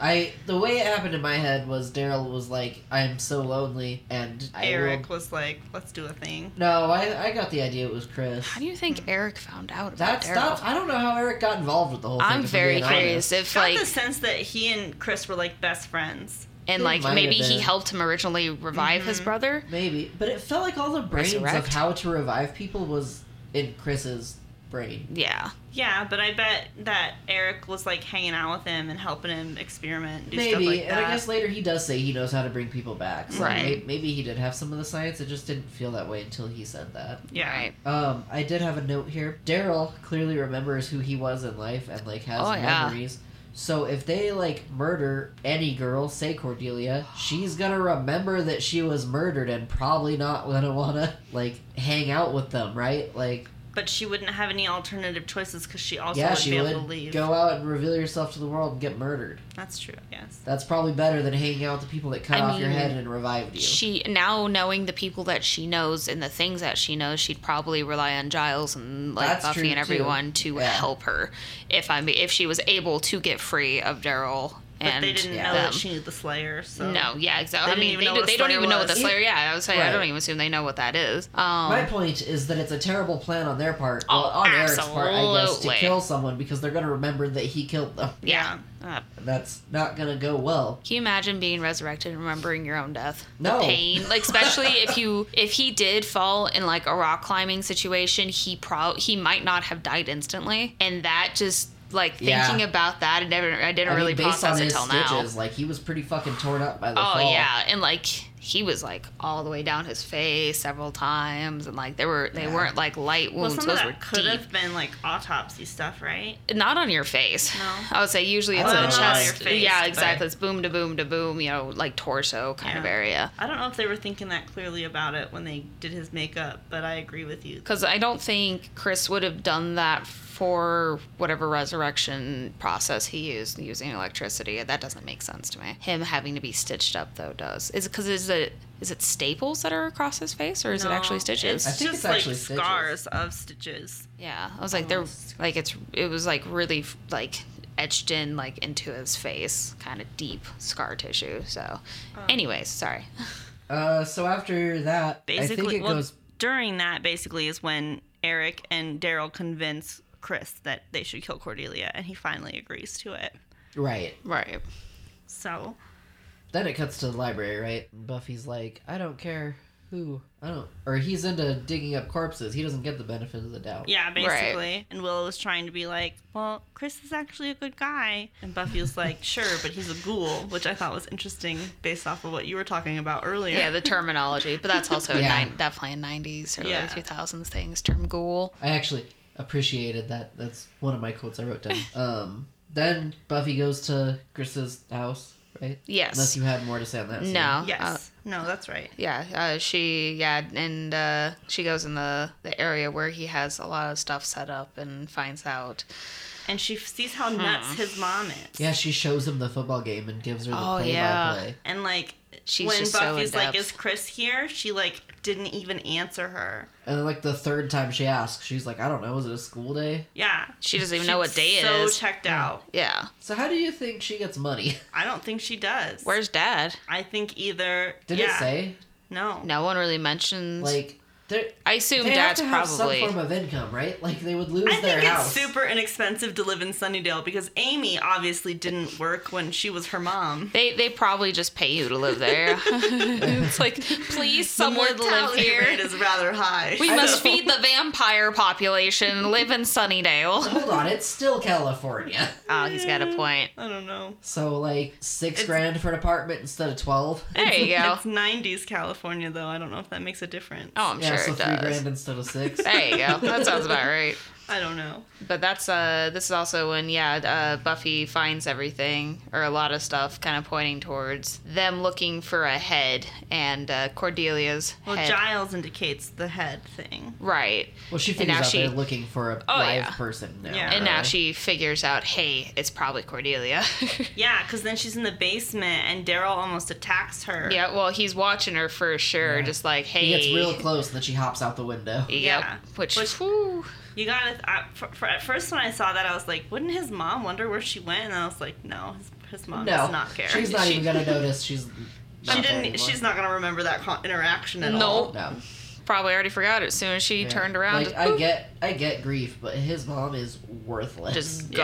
I the way it happened in my head was Daryl was like, "I'm so lonely," and I Eric Will... was like, "Let's do a thing." No, I I got the idea it was Chris. How do you think Eric found out about That's Daryl? not. I don't know how Eric got involved with the whole thing. I'm if very being honest. curious if Got like the sense that he and Chris were like best friends. and It like might have maybe he been. helped him originally revive his brother. Maybe, but it felt like all the brains of Resurrect. how to revive people was in Chris's brain. Yeah, Yeah, but I bet that Eric was like hanging out with him and helping him experiment, do stuff Maybe, like and that. I guess later he does say he knows how to bring people back. So Right. may- maybe he did have some of the science. It just didn't feel that way until he said that. yeah. right. Um, I did have a note here. Daryl clearly remembers who he was in life and like has Oh, yeah. memories. So if they like murder any girl, say Cordelia, she's gonna remember that she was murdered and probably not gonna wanna like hang out with them, right? Like, But she wouldn't have any alternative choices because she also yeah, would be she able to would leave. go out and reveal yourself to the world and get murdered. That's true. Yes. That's probably better than hanging out with the people that cut I off your mean, head and revived you. She now knowing the people that she knows and the things that she knows, she'd probably rely on Giles and like That's true, Buffy and too. everyone to Yeah. help her if I'm if she was able to get free of Daryl But and they didn't yeah. know that them. she knew the Slayer. So No, yeah, exactly. They I didn't mean, even they, know do, what a they don't Slayer even know what the was. Slayer. Yeah, I was saying I Right. don't even assume they know what that is. Um, My point is that it's a terrible plan on their part, Oh, well, on Eric's part, I guess, to absolutely. kill someone because they're gonna remember that he killed them. yeah. Uh, And that's not gonna go well. Can you imagine being resurrected and remembering your own death? No. The pain. Like especially if you if he did fall in like a rock climbing situation, he pro he might not have died instantly. And that just like Yeah. thinking about that I never I didn't I mean, really based on process it his till now. stitches, like he was pretty fucking torn up by the Oh fall. yeah. And like he was like all the way down his face several times and like they were they weren't like light Well, wounds. some of Those that were could deep. have been like autopsy stuff, right? Not on your face. No. I would say usually it's Oh, a not on chest. your face, yeah, but- exactly. It's boom to boom to boom, you know, like torso kind of Yeah. area. I don't know if they were thinking that clearly about it when they did his makeup, but I agree with you. because I don't think Chris would have done that for whatever resurrection process he used using electricity. That doesn't make sense to me. Him having to be stitched up though does is because is it is it staples that are across his face or is it No, actually It's stitches? I think just it's actually like stitches. scars of stitches. yeah, I was like they're like it's it was like really like etched in like into his face, kind of deep scar tissue. So, Oh. anyways, sorry. Uh, so after that, Basically, I think it well, goes. during that basically is when Eric and Daryl convince Chris that they should kill Cordelia, and he finally agrees to it. Right. Right. So Then it cuts to the library, right? Buffy's like, I don't care. who I don't, or he's into digging up corpses. He doesn't get the benefit of the doubt. Yeah, basically. And Willow was trying to be like, well, Chris is actually a good guy. And Buffy was like, sure, but he's a ghoul, which I thought was interesting based off of what you were talking about earlier. Yeah, the terminology, but that's also Yeah. nine, definitely a '90s or Yeah. early 2000s things. Term ghoul. I actually appreciated that. That's one of my quotes I wrote down. Um, then Buffy goes to Chris's house, right? Yes. Unless you had more to say on that. so- No. uh, yes. no, that's right. yeah. Uh, she. Yeah, and uh, she goes in the the area where he has a lot of stuff set up and finds out. And she f- sees Hmm. how nuts his mom is. Yeah, she shows him the football game and gives her the Oh, play yeah. by play. And like, She's when just so Buffy's in like, depth. is Chris here? She like didn't even answer her. And then, like, the third time she asks, she's like, I don't know, is it a school day? Yeah. She doesn't even know what day it so is. checked out. Yeah. So, how do you think she gets money? I don't think she does. Where's Dad? I think either. Did yeah, it say? No. No one really mentions. Like, they're- I assume they have Dad's to have probably. some form of income, right? Like, they would lose I their think it's house. super inexpensive to live in Sunnydale because Amy obviously didn't work when she was her mom. They they probably just pay you to live there. it's like, please, someone to live mortality here. rate is rather high. We so- must feed the vampire population. Live in Sunnydale. Hold on, it's still California. Oh, he's got a point. I don't know. So, like, six It's- grand for an apartment instead of 12? There you go. It's 90s California though. I don't know if that makes a difference. Oh, I'm Yeah, sure so it three grand does. instead of six. There you go. That sounds about right. I don't know. But that's uh, this is also when yeah, uh, Buffy finds everything or a lot of stuff, kind of pointing towards them looking for a head and uh, Cordelia's Well, head. Giles indicates the head thing. right. Well, she And figures now out she- they're looking for a Oh, live yeah. person now. Yeah. And now right? she figures out, hey, it's probably Cordelia. Yeah, because then she's in the basement and Daryl almost attacks her. yeah, well, he's watching her for sure, just like, hey. He gets real close, and then she hops out the window. Yep. Yeah. Which, Which- whew. You gotta. I, for, for- at first, when I saw that, I was like, wouldn't his mom wonder where she went? And I was like, no, his, his mom No, does not care. she's not She- even gonna notice. She's not she there didn't. anymore. She's not gonna remember that con- interaction at No. all. no. probably already forgot it as soon as she yeah. turned around. Like just, I boop, get, I get grief, but his mom is worthless. just Yeah.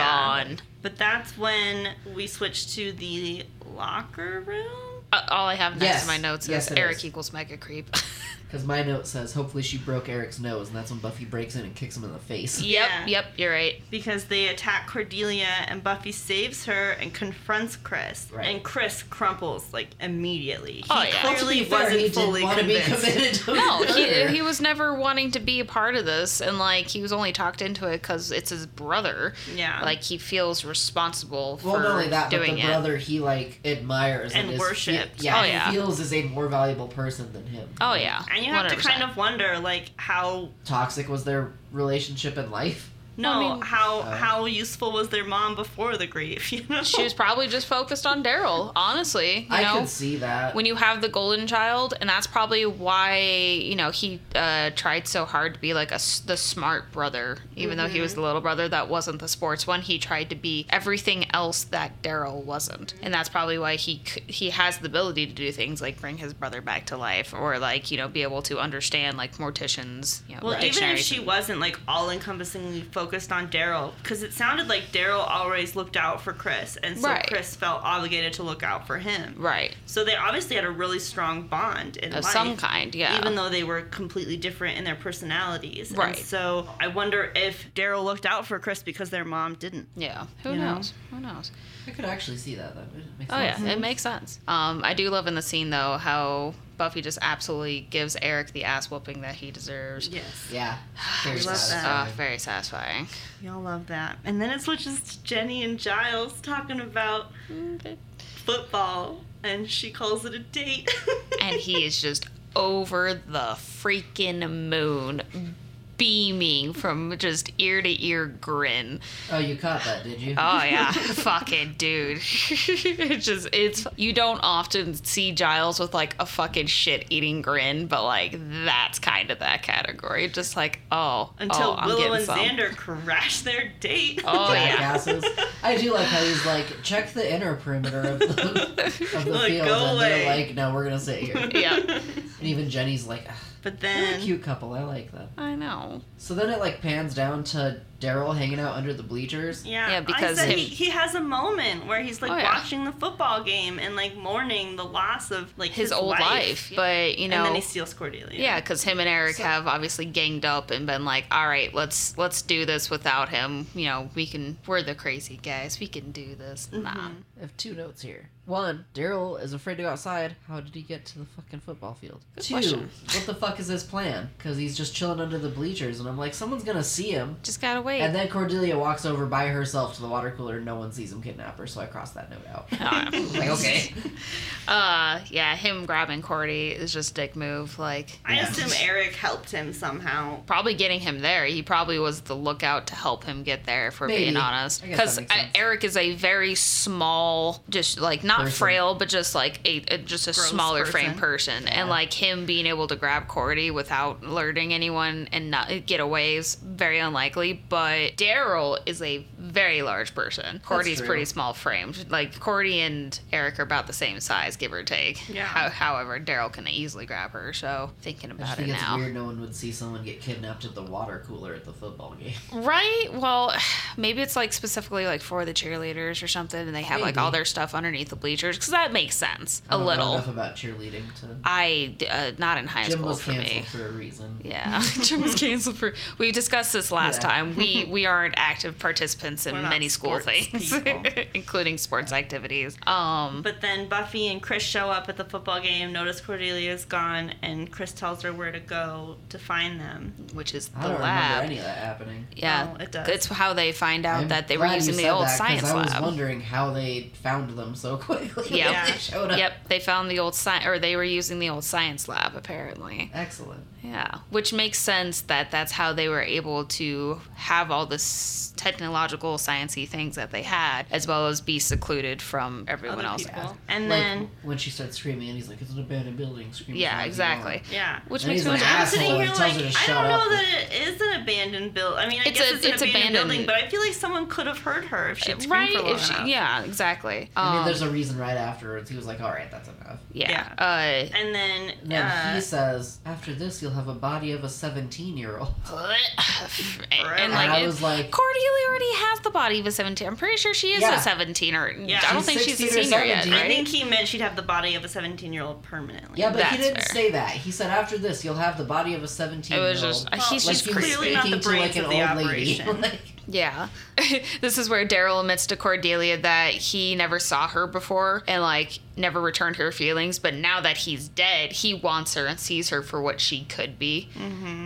gone. But that's when we switch to the locker room. Uh, all I have next Yes. to my notes Yes, is it Eric is. equals mega creep. because my note says, hopefully she broke Eric's nose, and that's when Buffy breaks in and kicks him in the face. yep, Yeah. yep, you're right. because they attack Cordelia and Buffy saves her and confronts Chris. Right. And Chris crumples like immediately. He Oh, yeah. Well, To clearly be fair, wasn't he fully didn't want to be convinced. committed to No, he, murder. he was never wanting to be a part of this, and like he was only talked into it because it's his brother. Yeah. like he feels responsible for Well, not only that, but doing the it. brother he like admires And is- worships. yeah, Oh, he yeah. feels is a more valuable person than him. oh yeah, and you have to 100%. kind of wonder like how toxic was their relationship in life. no I mean- how Oh. how useful was their mom before the grief, you know? She was probably just focused on Daryl, honestly. You I know, can see that. when you have the golden child, and that's probably why you know he uh, tried so hard to be like a s the smart brother, even though he was Mm-hmm. the little brother that wasn't the sports one. He tried to be everything else that Daryl wasn't, and that's probably why he c- he has the ability to do things like bring his brother back to life, or like you know be able to understand like morticians. You know, Well, even if dictionaries she and- wasn't like all encompassingly focused on Daryl, because it sounded like Daryl always looked out for Chris, and so Right. Chris felt obligated to look out for him. right So they obviously had a really strong bond in of life. some kind, yeah, even though they were completely different in their personalities. And Right. so I wonder if Daryl looked out for Chris because their mom didn't. yeah, who you know? knows, who knows. I could actually see that though. It makes Oh yeah, sense. Mm-hmm. it makes sense. Um, I do love in the scene though how Buffy just absolutely gives Eric the ass whooping that he deserves. Yes. Yeah. It Very was, love that. uh, satisfying. very satisfying. Y'all love that. And then it switches to Jenny and Giles talking about Mm-hmm. football, and she calls it a date. And he is just over the freaking moon, beaming from just ear to ear grin. Oh, you caught that, did you? Oh yeah, fucking dude. it's just it's you don't often see Giles with like a fucking shit eating grin, but like that's kind of that category. Just like oh, Until oh, I'm Willow getting and some. Xander crash their date. Oh yeah. Jackasses. I do like how he's like, check the inner perimeter of the, of the Like, field, go and they're away. like, no, we're gonna sit here. And yeah, even Jenny's like, "Ah, But they're a then cute couple. I like them. I know. So then it like pans down to Daryl hanging out under the bleachers. Yeah, Yeah, because I said him- he, he has a moment where he's like Oh, yeah. watching the football game and like mourning the loss of like his, old life, but you know, and then he steals Cordelia. Yeah, because him and Eric So- have obviously ganged up and been like, "All right, let's let's do this without him. You know, we can. We're the crazy guys. We can do this." Nah. I have two notes here. One, Daryl is afraid to go outside. How did he get to the fucking football field? Good two, question. what the fuck is his plan? Because he's just chilling under the bleachers, and I'm like, someone's gonna see him. Just gotta wait. And then Cordelia walks over by herself to the water cooler, and no one sees him kidnap her, so I crossed that note out. I don't know. like, okay. uh, yeah, him grabbing Cordy is just a dick move. Like, I assume Eric helped him somehow. probably getting him there. He probably was the lookout to help him get there, if we're Maybe. being honest. I guess that Because uh, makes sense. Eric is a very small, just like not Person. frail, but just like a, a- just a Gross smaller person. frame person. And like him being able to grab Cordy without alerting anyone and not get away is very unlikely. But Daryl is a very large person. Cordy's true. pretty small framed. Like Cordy and Eric are about the same size, give or take. Yeah. How, however, Daryl can easily grab her. So thinking I just about it think it's now. weird no one would see someone get kidnapped at the water cooler at the football game. Right. Well, maybe it's like specifically like for the cheerleaders or something, and they have like Maybe. Oh, all their stuff underneath the bleachers because that makes sense I a don't know little. enough about cheerleading to. I uh, not in high Jim school was for me. canceled for a reason. Yeah, Jim was canceled for. We discussed this last Yeah. time. We we aren't active participants in We're not many school sports things, people. including sports activities. Um, But then Buffy and Chris show up at the football game, notice Cordelia's gone, and Chris tells her where to go to find them. which is the I don't lab. remember any of that happening. Yeah, No, it does. it's how they find out I'm that they were glad you using the said old that, 'cause science I was lab. wondering how they found them so quickly. when Yep. they showed up. Yep, they found the old science, or they were using the old science lab apparently. Excellent. Yeah, which makes sense that that's how they were able to have all this technological sciency things that they had, as well as be secluded from everyone Other else. people. And like then when she starts screaming, and he's like, "It's an abandoned building." Screaming. Yeah, exactly. yeah. Which And makes he's me like, I'm asshole, sitting and here tells like her to I shut don't up. know that it is an abandoned build. I mean, I It's guess a- it's an it's abandoned, building, but abandoned. I feel like someone could have heard her if she had screamed right? for long If enough. she, yeah, exactly. I mean, Um, there's a reason. Right afterwards, he was like, "All right, that's enough." yeah. Uh, And then And then uh, he says, "After this, you'll have a body of a 17-year-old." and, Forever. like, And I it- was like- Cordelia already has the body of a seventeen. I'm pretty sure she is Yeah. a seventeen, or Yeah. I don't She's think she's a 16 or senior yet, 17. right? I think he meant she'd have the body of a 17 year old permanently. Yeah, but he That's didn't fair. say that. He said, "After this, you'll have the body of a it seventeen-year-old." was just Well, he's like, just you creepy. clearly not the brains of the operation. like, Yeah. this is where Daryl admits to Cordelia that he never saw her before and, like, never returned her feelings. But now that he's dead, he wants her and sees her for what she could be.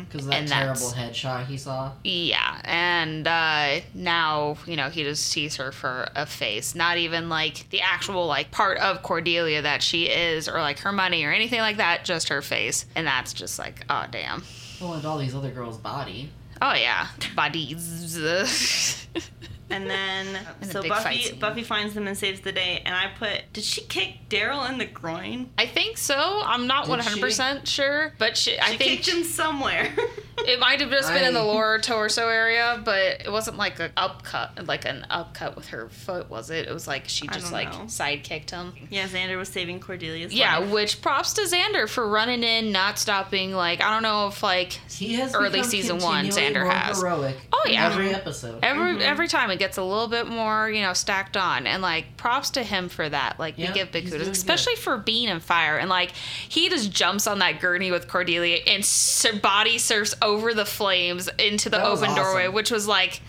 because of that And terrible that's- headshot he saw. Yeah. And uh, now, you know, he just sees her for a face. Not even, like, the actual, like, part of Cordelia that she is or, like, her money or anything like that, just her face. And that's just like, oh, damn. Well, and all these other girls' body. Oh, yeah. Bodies. And then And a so big fight Buffy scene. Buffy finds them and saves the day. And I put, did she kick Daryl in the groin? I think so. I'm not Did 100% sure, but she, She I think kicked him somewhere. it might have just been in the I- lower torso area, but it wasn't like an upcut, like an upcut with her foot, was it? It was like she I just don't like know. side kicked him. yeah, Xander was saving Cordelia's Yeah, life. which props to Xander for running in, not stopping. Like I don't know if like He has Early become season one, continually Xander more has. heroic. Oh, yeah. every episode. every every time it gets a little bit more you know stacked on, and like props to him for that. Like Yeah, we give big he's kudos, doing especially for being in fire, and like he just jumps on that gurney with Cordelia and sur- body surfs over the flames into the That was open doorway, awesome. which was like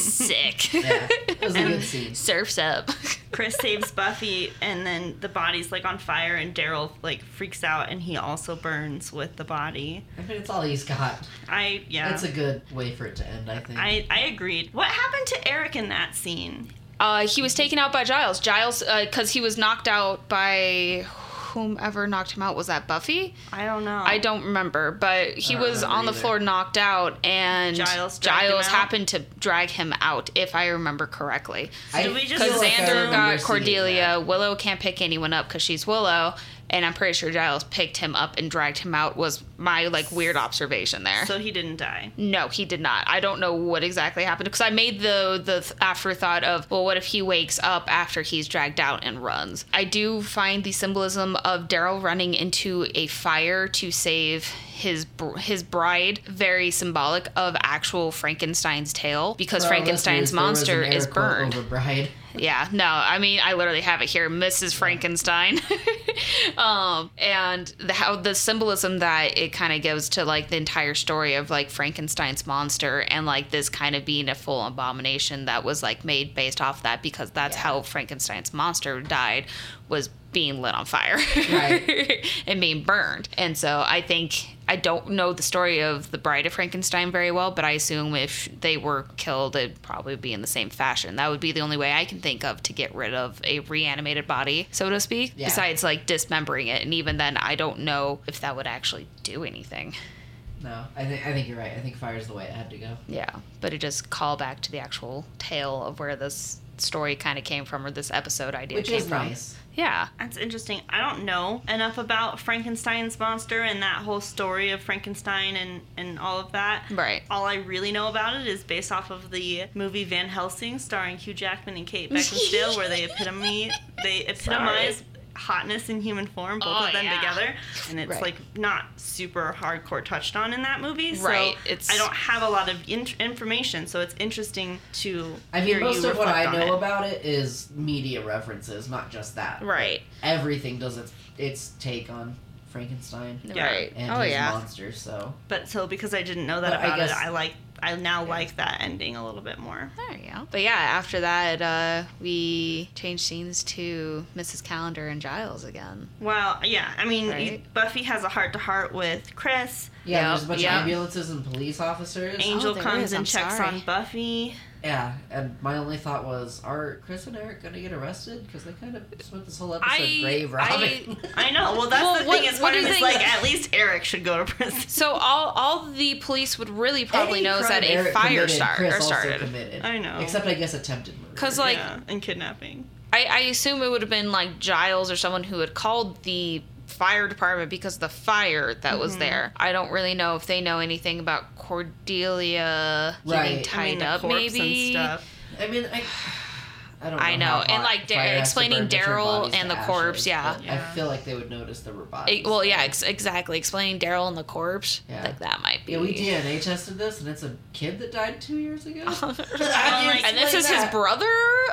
sick. yeah, it was a good scene. surfs up. Chris saves Buffy, and then the body's like on fire, and Daryl like freaks out, and he also burns with the body. I mean, it's all he's got. I yeah. That's a good way for it to end, I think. I, I agreed. What happened to Eric in that scene? Uh, he was taken out by Giles. Giles, because he was knocked out by whomever knocked him out. Was that Buffy? I don't know. I don't remember, but he I don't was remember on the either. floor knocked out, and Giles Giles, dragged him out? happened to drag him out, if I remember correctly. I Do we just- feel Because like I Xander remember got seeing Cordelia. that. Willow can't pick anyone up because she's Willow, and I'm pretty sure Giles picked him up and dragged him out. Was my like weird observation there? So he didn't die. No, he did not. I don't know what exactly happened because I made the the th- afterthought of well, what if he wakes up after he's dragged out and runs? I do find the symbolism of Daryl running into a fire to save his br- his bride very symbolic of actual Frankenstein's tale because For our listeners, Frankenstein's there was an monster air is quote burned. Over bride. Yeah, no, I mean, I literally have it here, Mrs. Frankenstein, um, and the, how the symbolism that it kind of gives to like the entire story of like Frankenstein's monster and like this kind of being a full abomination that was like made based off that because that's how Frankenstein's monster died was being lit on fire Right. and being burned. And so I think I don't know the story of the Bride of Frankenstein very well, but I assume if they were killed, it'd probably be in the same fashion. That would be the only way I can think of to get rid of a reanimated body, so to speak. Yeah. Besides like dismembering it, and even then, I don't know if that would actually do anything. No, I think I think you're right. I think fire's the way it had to go. Yeah, but it just call back to the actual tale of where this story kind of came from, or this episode idea Which came is from. nice. Yeah. That's interesting. I don't know enough about Frankenstein's monster and that whole story of Frankenstein and, and all of that. Right. All I really know about it is based off of the movie Van Helsing starring Hugh Jackman and Kate Beckinsale where they epitome they epitomize hotness in human form, both Oh, of them yeah. together. And it's Right. like not super hardcore touched on in that movie. So Right, it's- I don't have a lot of in- information, so it's interesting to I mean, hear most you of what I reflect on know it. about it is media references, not just that. Right. Everything does its its take on Frankenstein Yeah. Right. and oh his yeah. monster. So But so because I didn't know that But I about guess- it, I like I now like that ending a little bit more. There you go. But yeah, after that, uh, we changed scenes to Mrs. Calendar and Giles again. Well, yeah, I mean Right. you- Buffy has a heart to heart with Chris. yeah, Yeah, there's a bunch yeah. of ambulances and police officers. Angel Oh, there comes is, I'm and checks sorry. on Buffy. Yeah, and my only thought was, are Chris and Eric gonna get arrested? Because they kind of spent this whole episode I- grave I- robbing. I know. Well, that's Well, the what- thing is, what part of do you it's think- like at least Eric should go to prison. So all all the police would really probably Any know is that crime a Eric fire committed, star- Chris or also started. Committed. I know. Except I guess attempted murder. Because like yeah, and kidnapping. I, I assume it would have been like Giles or someone who had called the fire department because of the fire that Mm-hmm. was there. I don't really know if they know anything about Cordelia getting Right. tied I mean, the up, corpse maybe. and stuff. I mean, I, I don't. Know I how know, hot and like fire has Dar- to explaining burn to turn Daryl bodies and to the corpse, ashes, yeah. but Yeah. I feel like they would notice the robots. Eh, well, yeah, ex- exactly. Explaining Daryl and the corpse, Yeah. like that might be. Yeah, we DNA tested this, and it's a kid that died two years ago. How do you like- and this explain is his that? brother.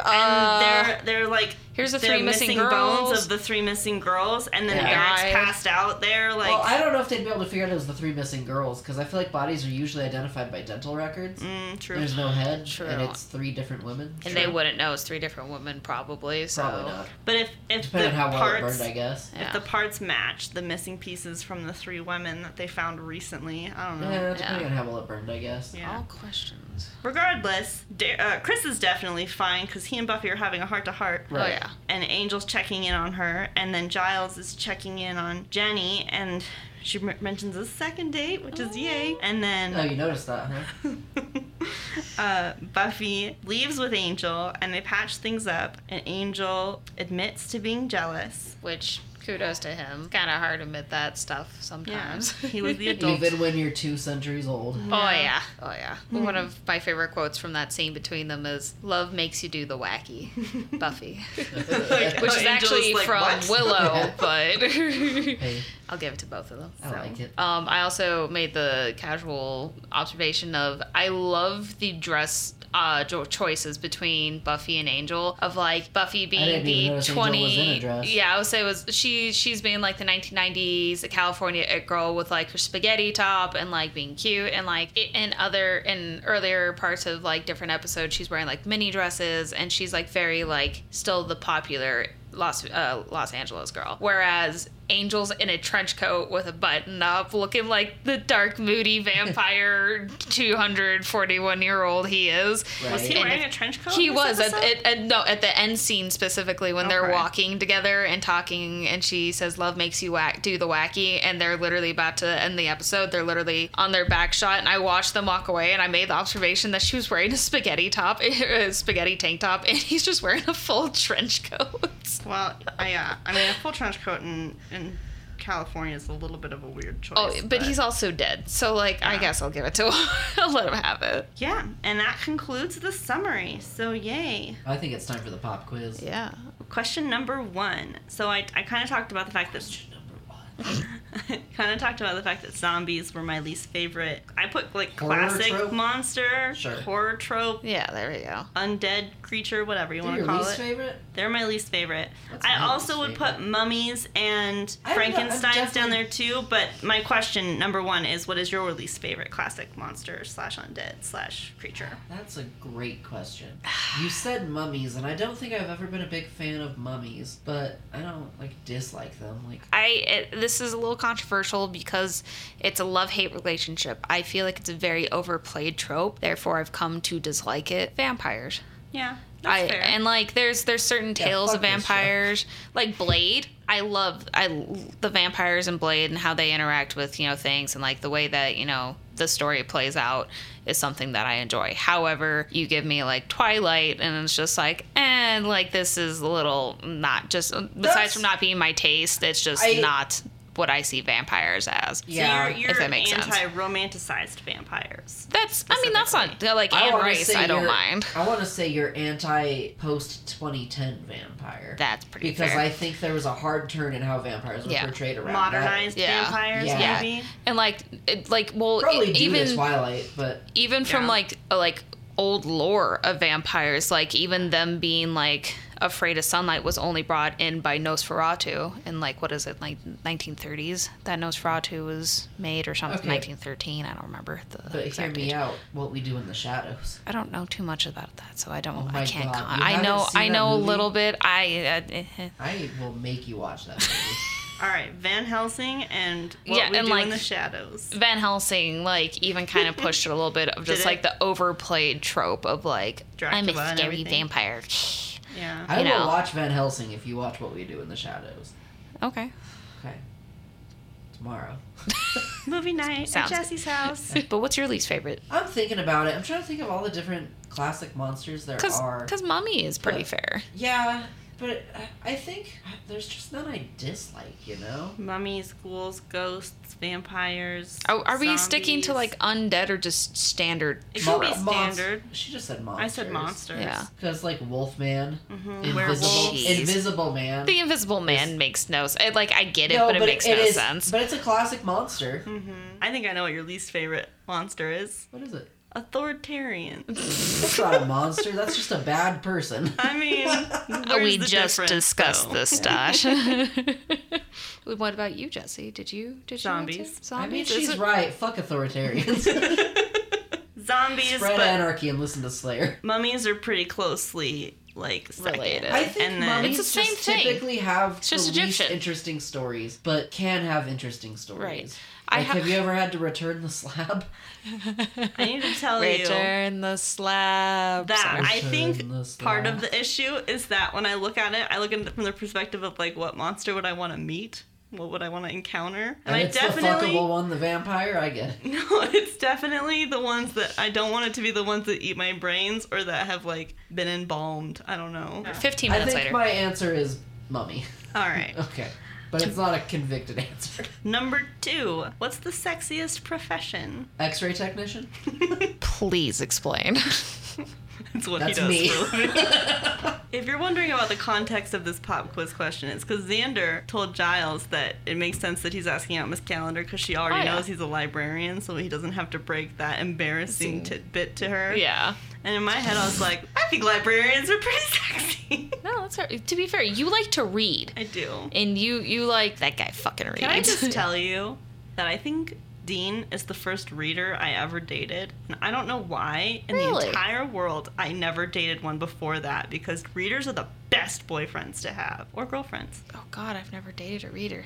Uh, And they're they're like here's the they're three missing girls. bones of the three missing girls, and then Yeah. Eric's Died. passed out there. Like well, I don't know if they'd be able to figure out it was the three missing girls because I feel like bodies are usually identified by dental records. mm, true. There's no head, True. and it's three different women. and they wouldn't know it's three different women, probably. So Probably not. But if if Depending the on how well it parts burned, I guess. Yeah. If the parts match the missing pieces from the three women that they found recently, I don't know. Yeah, depending Yeah. on how well it burned, I guess. Yeah. All questions. Regardless, Da- uh, Chris is definitely fine because he and Buffy are having a heart to heart. Oh Right. yeah. And Angel's checking in on her, and then Giles is checking in on Jenny, and she m- mentions a second date, which is yay. And then Oh, you noticed that, huh? uh, Buffy leaves with Angel, and they patch things up, and Angel admits to being jealous. Which kudos to him. Kind of hard to admit that stuff sometimes. Um, he was the adult. Even when you're two centuries old. Mm-hmm. Oh yeah, oh yeah. One of my favorite quotes from that scene between them is "Love makes you do the wacky," Buffy, Like, which oh, is Angel's actually like, from "What?" Willow, but Hey, I'll give it to both of them. I like it. Um, I also made the casual observation of I love the dress uh, jo- choices between Buffy and Angel of like Buffy being didn't even the notice Angel twenty. was in a dress. Yeah, I would say it was she she's being like the nineteen nineties California it girl with like her spaghetti top and like being cute and like it, in other in earlier parts of like different episodes she's wearing like mini dresses and she's like very like still the popular Los uh, Los Angeles girl. Whereas Angel's in a trench coat with a button up, looking like the dark, moody vampire, two hundred forty-one year old he is. Right. Was he And wearing if- a trench coat? He in this was at, episode? at, at no at the end scene specifically when they're Okay. walking together and talking, and she says, "Love makes you whack, do the wacky," and they're literally about to end the episode. They're literally on their back shot, and I watched them walk away, and I made the observation that she was wearing a spaghetti top, a spaghetti tank top, and he's just wearing a full trench coat. Well, I, uh, I mean, a full trench coat in, in California is a little bit of a weird choice. Oh, but he's also dead, so like I guess I'll give it to him. I'll let him have it. Yeah, and that concludes the summary. So, yay. I think it's time for the pop quiz. Yeah. Question number one. So, I, I kind of talked about the fact that. Number one. kind of talked about the fact that zombies were my least favorite. I put like Horror classic trope? monster, Sure. horror trope, Yeah, there we go. undead creature, whatever you They're want to your call least it. favorite? They're my least favorite. That's I my also least would put favorite. mummies and I don't know, I'm Frankenstein's down definitely- there too. But my question number one is, what is your least favorite classic monster slash undead slash creature? That's a great question. You said mummies, and I don't think I've ever been a big fan of mummies, but I don't like dislike them. Like I it, this is a little controversial because it's a love hate relationship. I feel like it's a very overplayed trope. Therefore, I've come to dislike it. Vampires. Yeah, that's I fair. and like there's there's certain tales fuck of this show. vampires like Blade. I love I l- the vampires in Blade and how they interact with you know things and like the way that you know the story plays out is something that I enjoy. However, you give me like Twilight and it's just like and like this is a little not just besides That's- from not being my taste, it's just I- not what I see vampires as. so you're, Yeah, if you're that makes sense. anti-romanticized vampires. That's I mean that's not like I Anne wanna Rice. say I don't you're- mind. I want to say you're anti post 2010 vampire. That's pretty because fair. I think there was a hard turn in how vampires were Yeah. portrayed around that. Modernized Yeah. vampires, Yeah. maybe. and like it, like well e-, Probably due even to Twilight, but even from Yeah. like a- like old lore of vampires, like even them being like afraid of sunlight was only brought in by Nosferatu in like what is it like 1930s that Nosferatu was made or something Okay. 1913 I don't remember the but hear exact me age. out. What we do in the shadows. I don't know too much about that so I Oh don't my I can't God, con- you I haven't know seen I that know a movie? little bit I uh, eh, eh. I will make you watch that. Movie. All right, Van Helsing and what Yeah, we and, do like, in the shadows. Van Helsing like even kind of pushed a little bit of Did just it? like the overplayed trope of like I'm Dracula a and scary everything. vampire Yeah. I You will know. watch Van Helsing if you watch What We Do in the Shadows. okay Okay. Tomorrow. Movie night Sounds- at Jesse's house. but what's your least favorite I'm thinking about it. I'm trying to think of all the different classic monsters there Cause, are. Cause mummy is pretty Yeah. fair. Yeah, but I think there's just none I dislike, you know? Mummies, ghouls, ghosts, vampires. Oh, Are, are we sticking to zombies. like undead or just standard? It could be Mon- standard. monst- she just said monsters. I said monsters. Yeah. Because, like, Wolfman, Mm-hmm. Invisible, Werewolves. Jeez. Invisible Man. The Invisible Man makes no. s- It, like I get it, but it, makes no is- sense. Mm-hmm. But it's a classic monster. hmm I think I know what your least favorite monster is. What is it? Authoritarian. That's not a monster. That's just a bad person. I mean, where's we the just difference, discussed though? this, Dash. what about you, Jesse? Did you did you answer? Zombies. Zombies. I mean, Is she's it- right. Fuck authoritarians. Zombies, Spread but anarchy and listen to Slayer. mummies are pretty closely like second. Related. I think And then- mummies It's the same just thing. typically have just the least Egyptian. interesting stories, but can have interesting stories. Right. I Like, ha- have you ever had to return the slab? I need to tell you Return the slab. that I Return think the slab. part of the issue is that when I look at it, I look at it from the perspective of like, what monster would I want to meet? What would I want to encounter? And, I it's definitely the fuckable one, the vampire. I get it. No, it's definitely the ones that I don't want it to be the ones that eat my brains or that have like been embalmed. I don't know. Fifteen I minutes think later. my answer is mummy. All right. Okay, but it's not a convicted answer. Number two. What's the sexiest profession? X-ray technician. Please explain. That's what That's he does me. for a living. if you're wondering about the context of this pop quiz question, it's because Xander told Giles that it makes sense that he's asking out Miss Calendar because she already Oh, yeah. knows he's a librarian, so he doesn't have to break that embarrassing tidbit to her. yeah. And in my head, I was like, I think librarians are pretty sexy. No, that's fair. to be fair. You like to read, I do. and you you like that guy fucking reads. Can I just tell you that I think Dean is the first reader I ever dated, and I don't know why in Really? the entire world I never dated one before that because readers are the best boyfriends to have or girlfriends. Oh God, I've never dated a reader.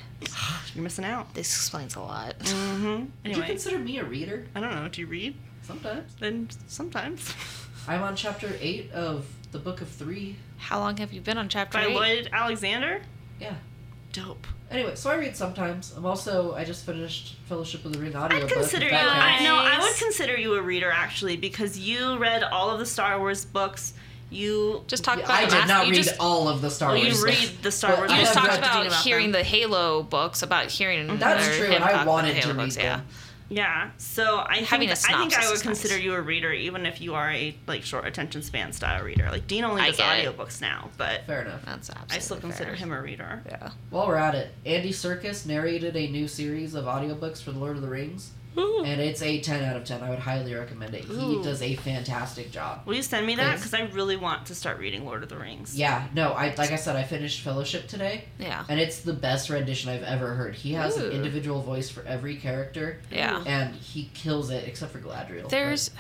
You're missing out. This explains a lot. Mm-hmm. Would you Anyway, consider me a reader? I don't know. Do you read? Sometimes Then sometimes. I'm on chapter eight of the book of three. How long have you been on chapter By eight? Lloyd Alexander. Yeah. Dope. Anyway, so I read sometimes. I'm also I just finished Fellowship of the Ring audio. I'd consider you. background. I know. I would Nice. consider you a reader actually because you read all of the Star Wars books. You Just talk about I the did last- not you read just, all of the Star Well, you Wars. read the Star But Wars You I books. just have talked read- about, Reading about hearing them. the Halo books, about hearing That's or true, him and I talk about the wanted Halo to read books, yeah. them. Yeah. So I think, Having a I think synopsis I would is nice. consider you a reader even if you are a like short attention span style reader. Like Dean only I does get it. audiobooks now, but Fair enough. That's absolutely I still consider fair. him a reader. Yeah. While we're at it, Andy Serkis narrated a new series of audiobooks for The Lord of the Rings, and it's a 10 out of 10. I would highly recommend it. He Ooh. does a fantastic job. Will you send me that? Please. Because I really want to start reading Lord of the Rings. Yeah, no, I like I said, I finished Fellowship today, Yeah. and it's the best rendition I've ever heard. He has Ooh. an individual voice for every character, Yeah. and he kills it, except for Galadriel. but There's it-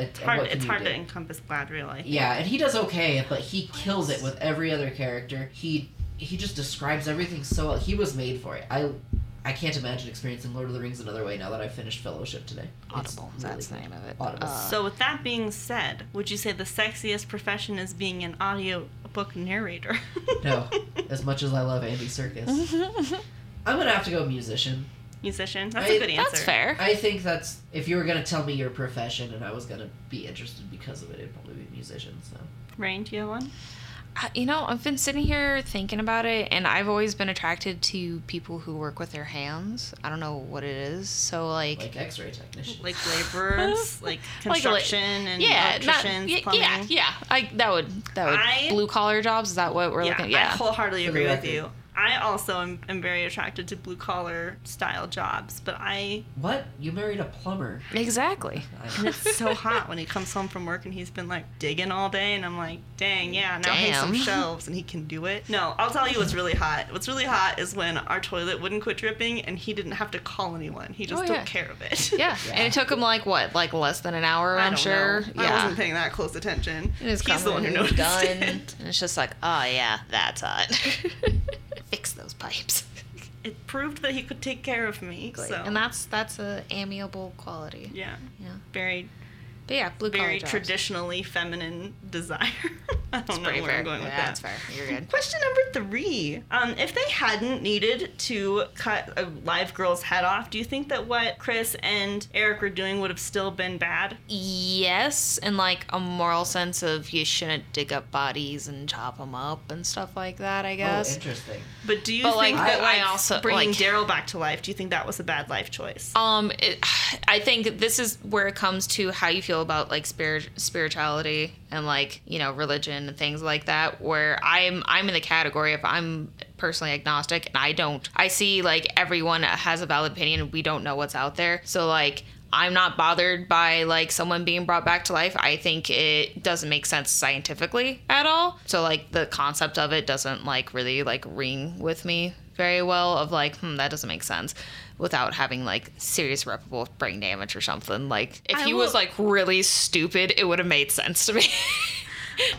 It's hard, what can it's you hard do? to encompass Gladriel, I think. Yeah, and he does okay, but he kills it with every other character. He he just describes everything so well. He was made for it. I I can't imagine experiencing Lord of the Rings another way now that I finished Fellowship today. It's Audible. really that's good. the name of it. Audible. Uh, So with that being said, would you say the sexiest profession is being an audiobook narrator? No, as much as I love Andy Circus, I'm gonna have to go musician. Musician? That's I- a good answer. that's fair. I think that's if you were gonna tell me your profession and I was gonna be interested because of it, it'd probably be musician. So Rain, do you have one? I- you know, I've been sitting here thinking about it, and I've always been attracted to people who work with their hands. I don't know what it is. So, like, like X-ray technician. Like laborers, like Like, like- construction and yeah, not, electricians, y- plumbing. yeah, yeah. I that would that would I- blue collar jobs. Is that what we're yeah, looking? at? Yeah, I wholeheartedly For the agree with record. you. I also am, am very attracted to blue collar style jobs, but I What? You married a plumber? exactly. and I, it's so hot when he comes home from work and he's been like digging all day and I'm like, dang, yeah, now hang some Damn. shelves and he can do it. No, I'll tell you what's really hot. What's really hot is when our toilet wouldn't quit dripping and he didn't have to call anyone. He just Oh, took yeah. care of it. Yeah. and it took him like what, like less than an hour, I I'm don't sure. know. I Yeah, wasn't paying that close attention. And his He's the one who comment noticed was done, it. and it's just like, oh yeah, that's hot. Fix those pipes. It proved that he could take care of me. So And that's that's a amiable quality. Yeah, yeah, very but yeah, blue collar very jobs. traditionally feminine desire. I don't know Pretty where fair. I'm going with yeah, that. That's fair. You're good. Question number three. Um, if they hadn't needed to cut a live girl's head off, do you think that what Chris and Eric were doing would have still been bad? Yes, in like a moral sense of you shouldn't dig up bodies and chop them up and stuff like that. I oh, guess. interesting. But do you But, like, think that I- I like also, bringing like- Daryl back to life? Do you think that was a bad life choice? Um, it, I think this is where it comes to how you feel about like spirit spirituality and like you know religion and things like that. Where I'm I'm in the category of I'm personally agnostic and I don't I see like everyone has a valid opinion. We don't know what's out there, so like. I'm not bothered by like someone being brought back to life. I think it doesn't make sense scientifically at all. So like the concept of it doesn't like really like ring with me very well of like, hmm, that doesn't make sense without having like serious irreparable brain damage or something. Like if I he was will- like really stupid, it would have made sense to me.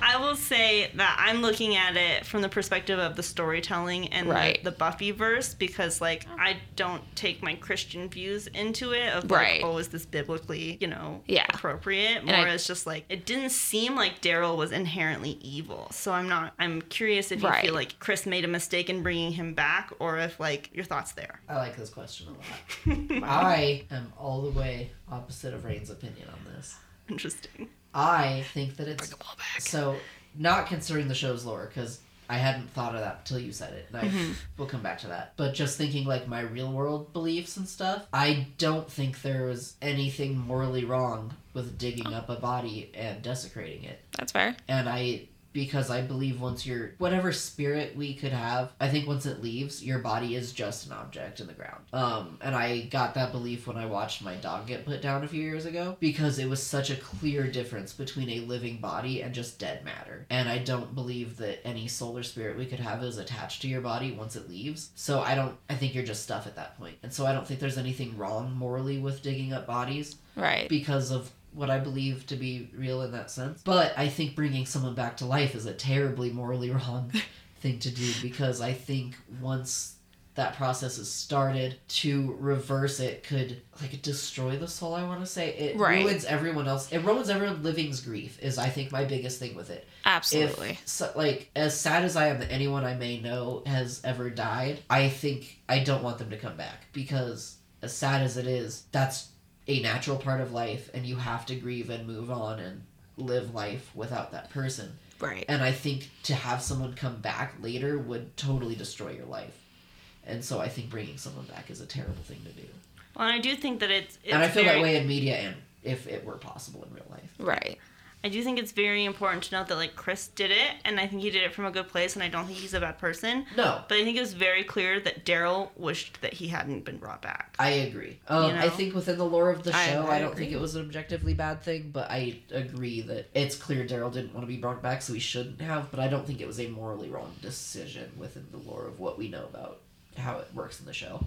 I will say that I'm looking at it from the perspective of the storytelling and Right. the, the Buffy verse because, like, I don't take my Christian views into it of like, Right. oh, is this biblically, you know, Yeah. appropriate? More I- as just like it didn't seem like Daryl was inherently evil, so I'm not. I'm curious if you Right. feel like Chris made a mistake in bringing him back, or if like your thoughts there. I like this question a lot. I am all the way opposite of Rain's opinion on this. Interesting. I think that it's All back. so not considering the show's lore because I hadn't thought of that till you said it. And I, We'll come back to that. But just thinking like my real world beliefs and stuff, I don't think there was anything morally wrong with digging up a body and desecrating it. That's fair. And I because I believe once you're whatever spirit we could have, I think once it leaves, your body is just an object in the ground. Um, and I got that belief when I watched my dog get put down a few years ago because it was such a clear difference between a living body and just dead matter. And I don't believe that any soul or spirit we could have is attached to your body once it leaves. So I don't. I think you're just stuff at that point. And so I don't think there's anything wrong morally with digging up bodies Right. because of what I believe to be real in that sense. But I think bringing someone back to life is a terribly morally wrong thing to do because I think once that process is started to reverse it could like destroy the soul I want to say it Right. ruins everyone else it ruins everyone living's grief is I think my biggest thing with it Absolutely. if so, like as sad as I am that anyone I may know has ever died, I think I don't want them to come back because as sad as it is, that's a natural part of life, and you have to grieve and move on and live life without that person. right. And I think to have someone come back later would totally destroy your life. And so I think bringing someone back is a terrible thing to do. Well, and I do think that it's. it's and I feel very, that way in media and if it were possible in real life. Right. I do think it's very important to note that like Chris did it, and I think he did it from a good place, and I don't think he's a bad person. No. But I think it was very clear that Daryl wished that he hadn't been brought back. I agree. Um, You know? I think within the lore of the I- show, I, I don't agree. think it was an objectively bad thing, but I agree that it's clear Daryl didn't want to be brought back, so he shouldn't have. But I don't think it was a morally wrong decision within the lore of what we know about how it works in the show.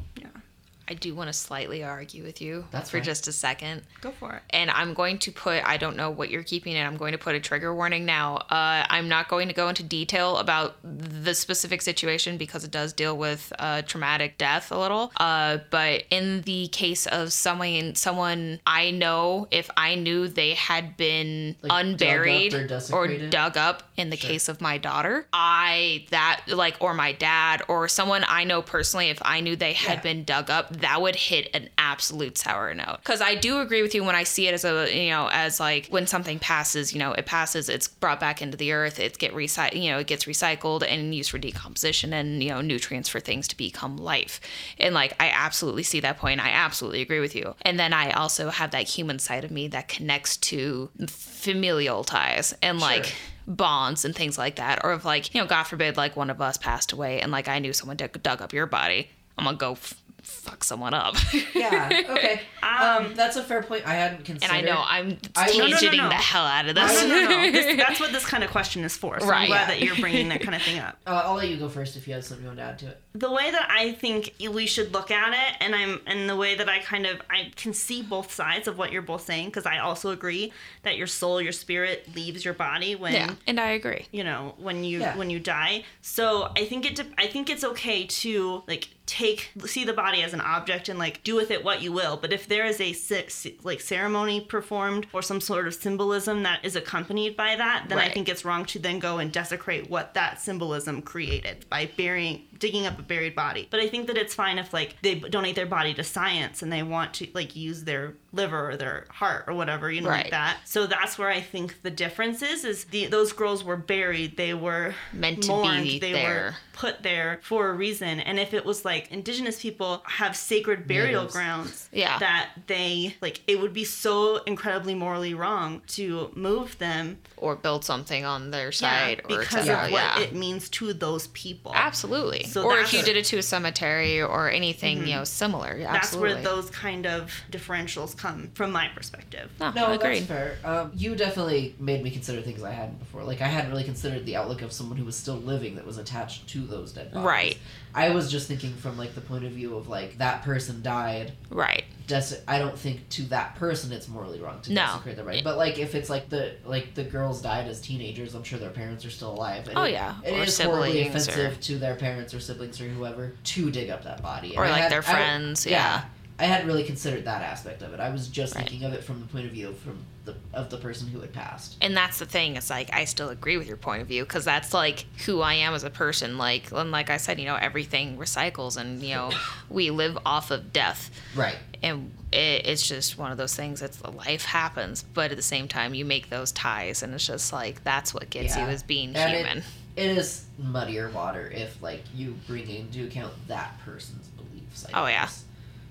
I do want to slightly argue with you That's for fine. just a second. Go for it. And I'm going to put, I don't know what you're keeping, and I'm going to put a trigger warning now. Uh, I'm not going to go into detail about the specific situation because it does deal with uh, traumatic death a little. Uh, but in the case of someone, someone I know, if I knew they had been Like, dug up unburied or or desecrated? dug up in the case of my daughter, I, that, like, or my dad, or someone I know personally, if I knew they had Yeah. been dug up, that would hit an absolute sour note. Because I do agree with you when I see it as a, you know, as like when something passes, you know, it passes, it's brought back into the earth, it's get recycled, you know, it gets recycled and used for decomposition and, you know, nutrients for things to become life. And like, I absolutely see that point. I absolutely agree with you. And then I also have that human side of me that connects to familial ties and like, bonds and things like that or if like you know god forbid like one of us passed away and like i knew someone dug, dug up your body i'm gonna go f- fuck someone up Yeah. Okay. um, that's a fair point. I hadn't and considered. i know i'm I- No, no, tangenting no, no. the hell out of No, this no, no, no. This- that's what this kind of question is for. So I'm Right. glad Yeah. that you're bringing that kind of thing up. Uh, I'll let you go first if you have something you want to add to it. the way that I think we should look at it, and I'm, and the way that I kind of I can see both sides of what you're both saying, because I also agree that your soul, your spirit leaves your body when yeah and i agree you know when you Yeah. when you die. So I think it de- I think it's okay to like take see the body as an object and like do with it what you will. But if there is a ce- ce- like ceremony performed or some sort of symbolism that is accompanied by that, then I Right. think it's wrong to then go and desecrate what that symbolism created by burying digging up a buried body. But I think that it's fine if like they donate their body to science and they want to like use their liver or their heart or whatever, you know, like Right. that. So that's where I think the difference is is the those girls were buried, they were Meant to be they were there. put there for a reason. And if it was like indigenous people have sacred burial Natives. grounds Yeah. that they like it would be so incredibly morally wrong to move them or build something on their side or because etc. of what yeah it means to those people. absolutely So or that's- if you did it to a cemetery or anything Mm-hmm. you know similar That's absolutely. where those kind of differentials come from my perspective. no, No, that's agreed fair. Um, you definitely made me consider things I hadn't before. Like I hadn't really considered the outlook of someone who was still living that was attached to those dead bodies. Right. I was just thinking from like the point of view of like that person died. right Des- I don't think to that person it's morally wrong to No. desecrate their body. But like if it's like the like the girls died as teenagers, I'm sure their parents are still alive. And Oh, it- yeah. it Or is horribly siblings or- offensive to their parents or siblings or whoever to dig up that body. And Or, I like, had- their I don't- friends, yeah. I hadn't really considered that aspect of it. I was just Right. thinking of it from the point of view of- from the of the person who had passed. and that's the thing it's like i still agree with your point of view because that's like who i am as a person like and like i said you know everything recycles and you know we live off of death Right. and it, it's just one of those things that's life happens but at the same time you make those ties and it's just like that's what gets Yeah. you is being And it- human it is muddier water if like you bring into account that person's beliefs. I Oh, yeah. guess.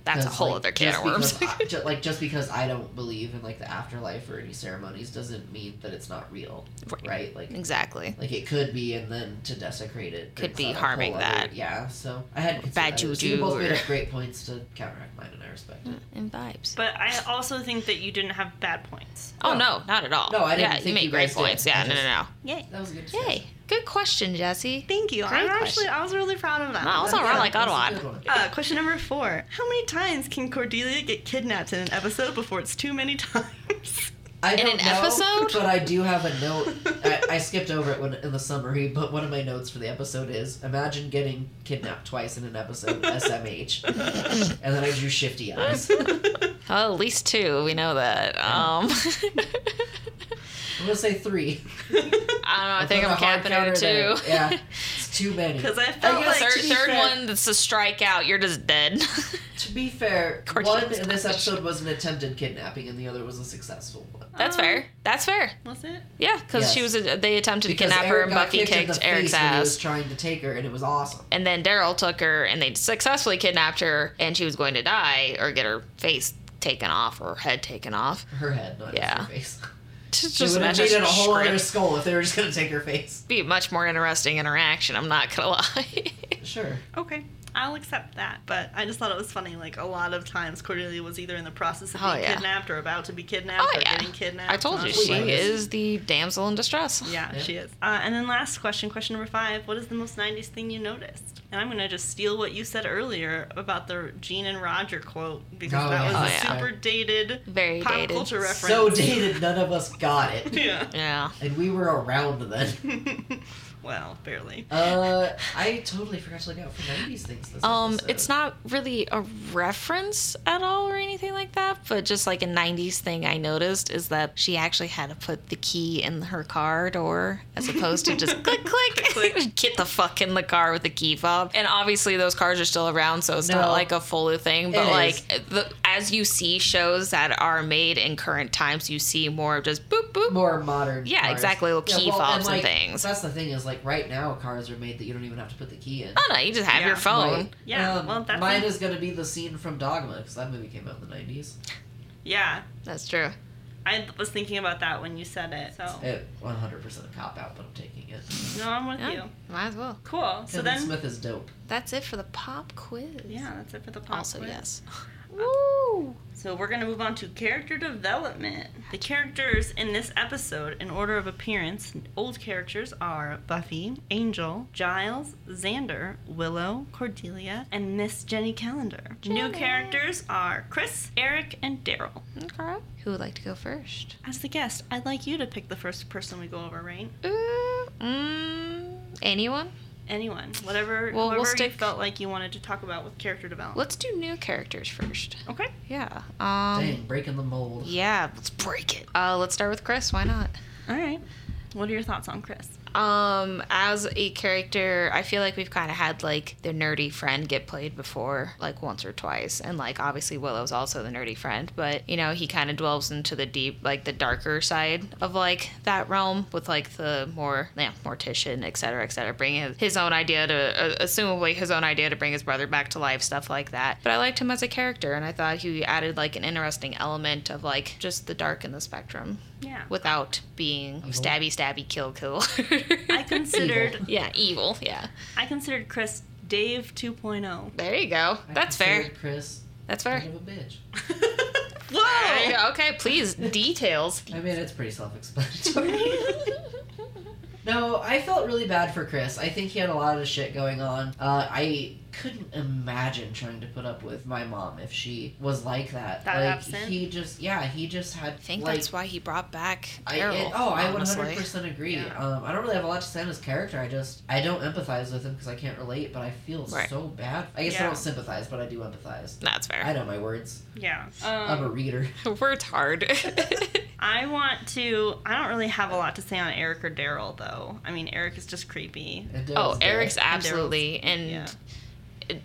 that's a 'Cause, whole like, other can just of worms because I- ju- like just because I don't believe in like the afterlife or any ceremonies doesn't mean that it's not real, right? Right. Like exactly like it could be, and then to desecrate it Could brings be out a harming whole other- that. yeah. So I had bad You juju both made or- Hmm. up great points to counteract mine, and I respect it. and vibes But I also think that you didn't have bad points. oh No. no not at all No, I didn't yeah think you made you great guys did. points I yeah no just- no Yay. That was a good. no discussion. yay good question jesse Thank you. Great I'm actually question. I was really proud of that. That was all right. Yeah, like, that was Ottawa. a good one. Uh, question number four. How many times can Cordelia get kidnapped in an episode before it's too many times? I In don't an know, episode? But I do have a note. I, I skipped over it when, in the summary, but one of my notes for the episode is Imagine getting kidnapped twice in an episode, SMH. and then I drew shifty eyes. I'm oh, at least two we know that um going to say three. I don't know. I I'll think put a I'm hard capping it at counter there. two. Yeah. It's too many. 'Cause I felt guess like- third to be third fair- one that's a strikeout. You're just dead. To be fair, Gorgeous one in this question. episode was an attempted kidnapping, and the other was a successful one. That's Um, fair. That's fair. Was it? Yeah, because she Yes. was a, they attempted to Because kidnap her, Eric and got Buffy in the kicked face Eric's when He was ass. trying to take her, and it was awesome. And then Daryl took her, and they successfully kidnapped her, and she was going to die or get her face taken off or her head taken off. Her head, not Yeah. just her face. Just, She just would have imagine needed a whole scrap- other skull if they were just gonna take her face. be a much more interesting interaction. I'm not gonna lie. Sure. Okay. I'll accept that, but I just thought it was funny. Like a lot of times, Cordelia was either in the process of Oh, being yeah. kidnapped or about to be kidnapped oh or yeah, getting kidnapped. I told you Honestly. she Wait. is the damsel in distress. Yeah, Yeah. she is. Uh, and then last question, question number five. What is the most 90s thing you noticed? And I'm going to just steal what you said earlier about the Gene and Roger quote because Oh, that yeah. was a Oh, yeah. super dated Very pop dated. culture reference. So dated, none of us got it, yeah. Yeah. and we were around then. well, barely. Uh, I totally forgot to look out for '90s things. This Um, episode. it's not really a reference at all or anything like that, but just like a 90s thing I noticed is that she actually had to put the key in her car door as opposed to just click, click, get the fuck in the car with the key fob. And obviously, those cars are still around, so it's No. not like a full thing, but It like is. the, as you see shows that are made in current times, you see more of just boop, boop. more modern. Yeah, cars. exactly, little key fobs and like, things. That's the thing is like right now cars are made that you don't even have to put the key in. No, no, you just have Yeah, your phone. Like, Yeah, um, well, that's mine is gonna be the scene from Dogma because that movie came out in the '90s. Yeah. That's true. I was thinking about that when you said it. So, It 100% cop out, but I'm taking it. no, I'm with Yeah, you. Might as well. Cool. So Kevin then, Smith is dope. That's it for the pop quiz. yeah, that's it for the pop Also, quiz. yes. So we're gonna move on to character development. The characters in this episode, in order of appearance, old characters are Buffy, Angel, Giles, Xander, Willow, Cordelia, and Miss Jenny Calendar. New characters are Chris, Eric, and Daryl. Okay. Who would like to go first? As the guest, I'd like you to pick the first person we go over, right? Ooh, Uh, mm, anyone? Anyone, whatever, Well, we'll whoever stick- you felt like you wanted to talk about with character development. Let's do new characters first. Okay. Yeah. Um. Dang, breaking the mold. Yeah. Let's break it. Uh, let's start with Chris. Why not? All right. What are your thoughts on Chris? Um, as a character, I feel like we've kind of had like the nerdy friend get played before, like once or twice, and like obviously Willow's also the nerdy friend, but you know he kind of dwells into the deep, like the darker side of like that realm with like the more yeah, mortician, et cetera, et cetera, bringing his- his own idea to, uh, assumably his own idea to bring his brother back to life, stuff like that. But I liked him as a character, and I thought he added like an interesting element of like just the dark in the spectrum Yeah. without being stabby, stabby, kill, kill. I considered Yeah, evil. Yeah. I considered Chris Dave oh. 2.0. There you go. I That's fair. considered Chris, That's fair. kind of a bitch. There you go. Okay, please. Details. I mean, it's pretty self-explanatory. no, I felt really bad for Chris. I think he had a lot of shit going on. Uh, I couldn't imagine trying to put up with my mom if she was like that. That like absent? he just, yeah, he just had. I think like, that's why he brought back I, Carol. it- oh, I honestly. 100% agree. Yeah. Um, I don't really have a lot to say on his character. I just I don't empathize with him because I can't relate, but I feel Right. so bad. I guess I Yeah. don't sympathize, but I do empathize. That's I fair. know my words. Yeah. I'm a Um, reader. Words hard. I want to. I don't really have a lot to say on Eric or Daryl, though. I mean, Eric is just creepy. And oh, Daryl's there. Eric's absolutely, and Yeah. it-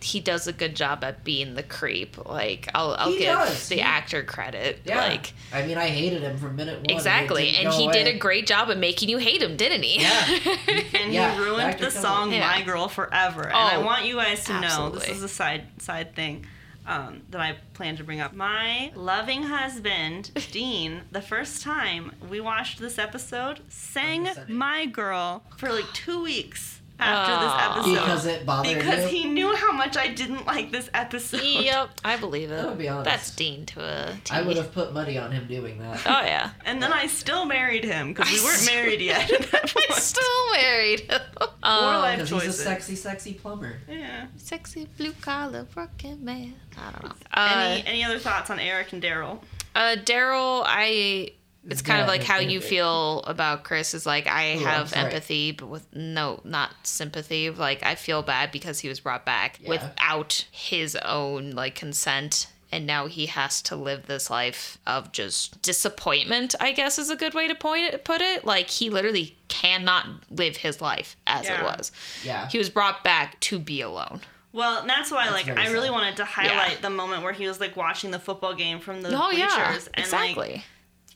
he does a good job at being the creep. Like I'll, I'll He give does. the He- actor credit. Yeah. Like I mean, I hated him from minute one. exactly, and he did a great job of making you hate him, didn't he? Yeah. And Yeah, he ruined Dr. the Phil. song Yeah. "My Girl" forever. and I Oh, want you guys to know this absolutely. is a side side thing um, that I plan to bring up. My loving husband Dean, the first time we watched this episode, sang Understanding. "My Girl" for like two weeks after Aw. this episode because it bothered because you. he knew how much I didn't like this episode. Yep, I believe it. I'll be honest. That's Dean to a T. I would have put money on him doing that. Oh yeah, And then I still married him because we I weren't still- married yet at that I'm point. still married. More um, life Because he's a choices. sexy, sexy plumber. Yeah. sexy blue collar working man. I don't know. Uh, Any any other thoughts on Eric and Daryl? uh, Daryl, I. It's kind of Yeah, like how you yeah. feel about Chris. Is like I Ooh, I'm have sorry. empathy, but with no, not sympathy. Like I feel bad because he was brought back Yeah. without his own like consent, and now he has to live this life of just disappointment. I guess is a good way to point it, put it. Like he literally cannot live his life as Yeah. it was. Yeah. He was brought back to be alone. Well, and that's why, That's like, very I really sad. wanted to highlight the moment where he was like watching the football game from the Oh bleachers, yeah, and exactly. like,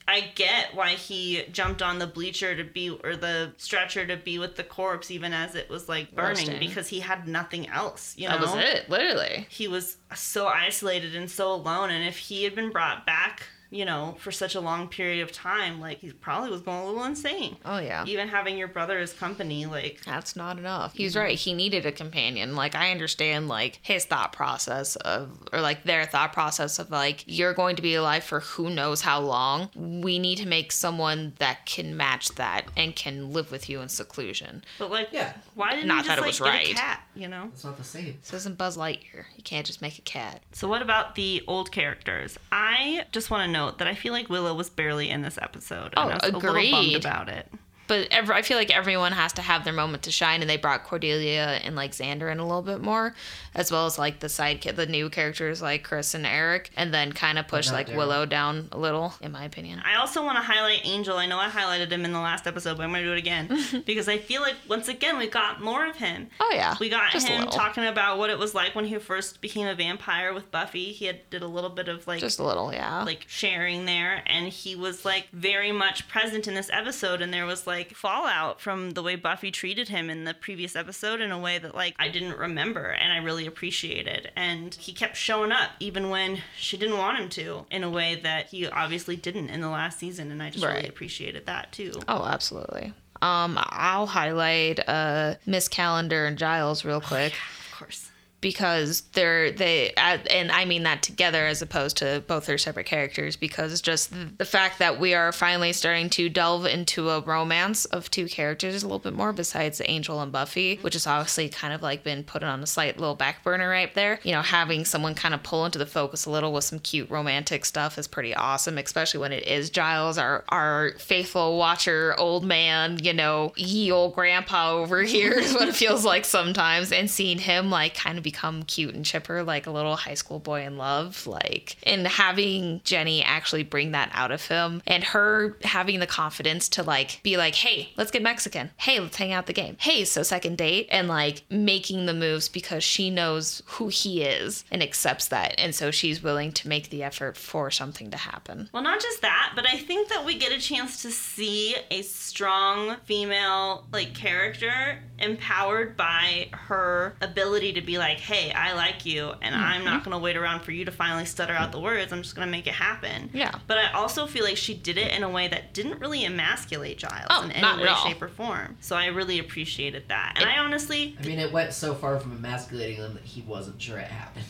I get why he jumped on the bleacher to be or the stretcher to be with the corpse, even as it was like burning, Roasting. because he had nothing else. You know, that was it, literally. he was so isolated and so alone. And if he had been brought back, you know, for such a long period of time, like he probably was going a little insane. Oh yeah. Even having your brother as company, like That's not enough. Mm-hmm. He's right. He needed a companion. Like I understand like his thought process of or like their thought process of like you're going to be alive for who knows how long. We need to make someone that can match that and can live with you in seclusion. But like, Yeah. why didn't Not you just that it like was get a right. cat? You know. It's not the same. This isn't Buzz Lightyear. You can't just make a cat. So what about the old characters? I just want to note that I feel like Willow was barely in this episode. Oh, and I was A little bummed agreed. about it. But ever, I feel like everyone has to have their moment to shine, and they brought Cordelia and like Xander in a little bit more, as well as like the sidekick, the new characters like Chris and Eric, and then kind of push not like Daryl. Willow down a little, in my opinion. I also want to highlight Angel. I know I highlighted him in the last episode, but I'm going to do it again because I feel like once again we got more of him. Oh yeah, We got Just a him little. talking about what it was like when he first became a vampire with Buffy. He had did a little bit of like Just a little, yeah. like sharing there and he was like very much present in this episode and there was like fallout from the way buffy treated him in the previous episode in a way that like i didn't remember and i really appreciated and he kept showing up even when she didn't want him to in a way that he obviously didn't in the last season and i just really Right. appreciated that too oh, absolutely. Um, I'll highlight uh Miss Calendar and Giles real quick of course because they're they at- and I mean that together as opposed to both their separate characters because just the fact that we are finally starting to delve into a romance of two characters a little bit more besides Angel and Buffy, which has obviously kind of like been put on a slight little back burner right there. You know, having someone kind of pull into the focus a little with some cute romantic stuff is pretty awesome, especially when it is Giles, our our faithful watcher, old man, you know, ye old grandpa over here is what it feels like sometimes. And seeing him like kind of become cute and chipper, like a little high school boy in love, like and having Jenny actually bring that out of him and her having the confidence to like be like, hey, let's get Mexican. Hey, let's hang out the game. Hey, so second date and like making the moves because she knows who he is and accepts that. And so she's willing to make the effort for something to happen. Well, not just that, but I think that we get a chance to see a strong female like character empowered by her ability to be like, "Hey, I like you, and Mm-hmm. I'm not going to wait around for you to finally stutter out the words. I'm just going to make it happen." Yeah. But I also feel like she did it in a way that didn't really emasculate Giles Oh, in any not at way, all. shape, or form. So I really appreciated that, and I honestly I mean, it went so far from emasculating them that he wasn't sure it happened.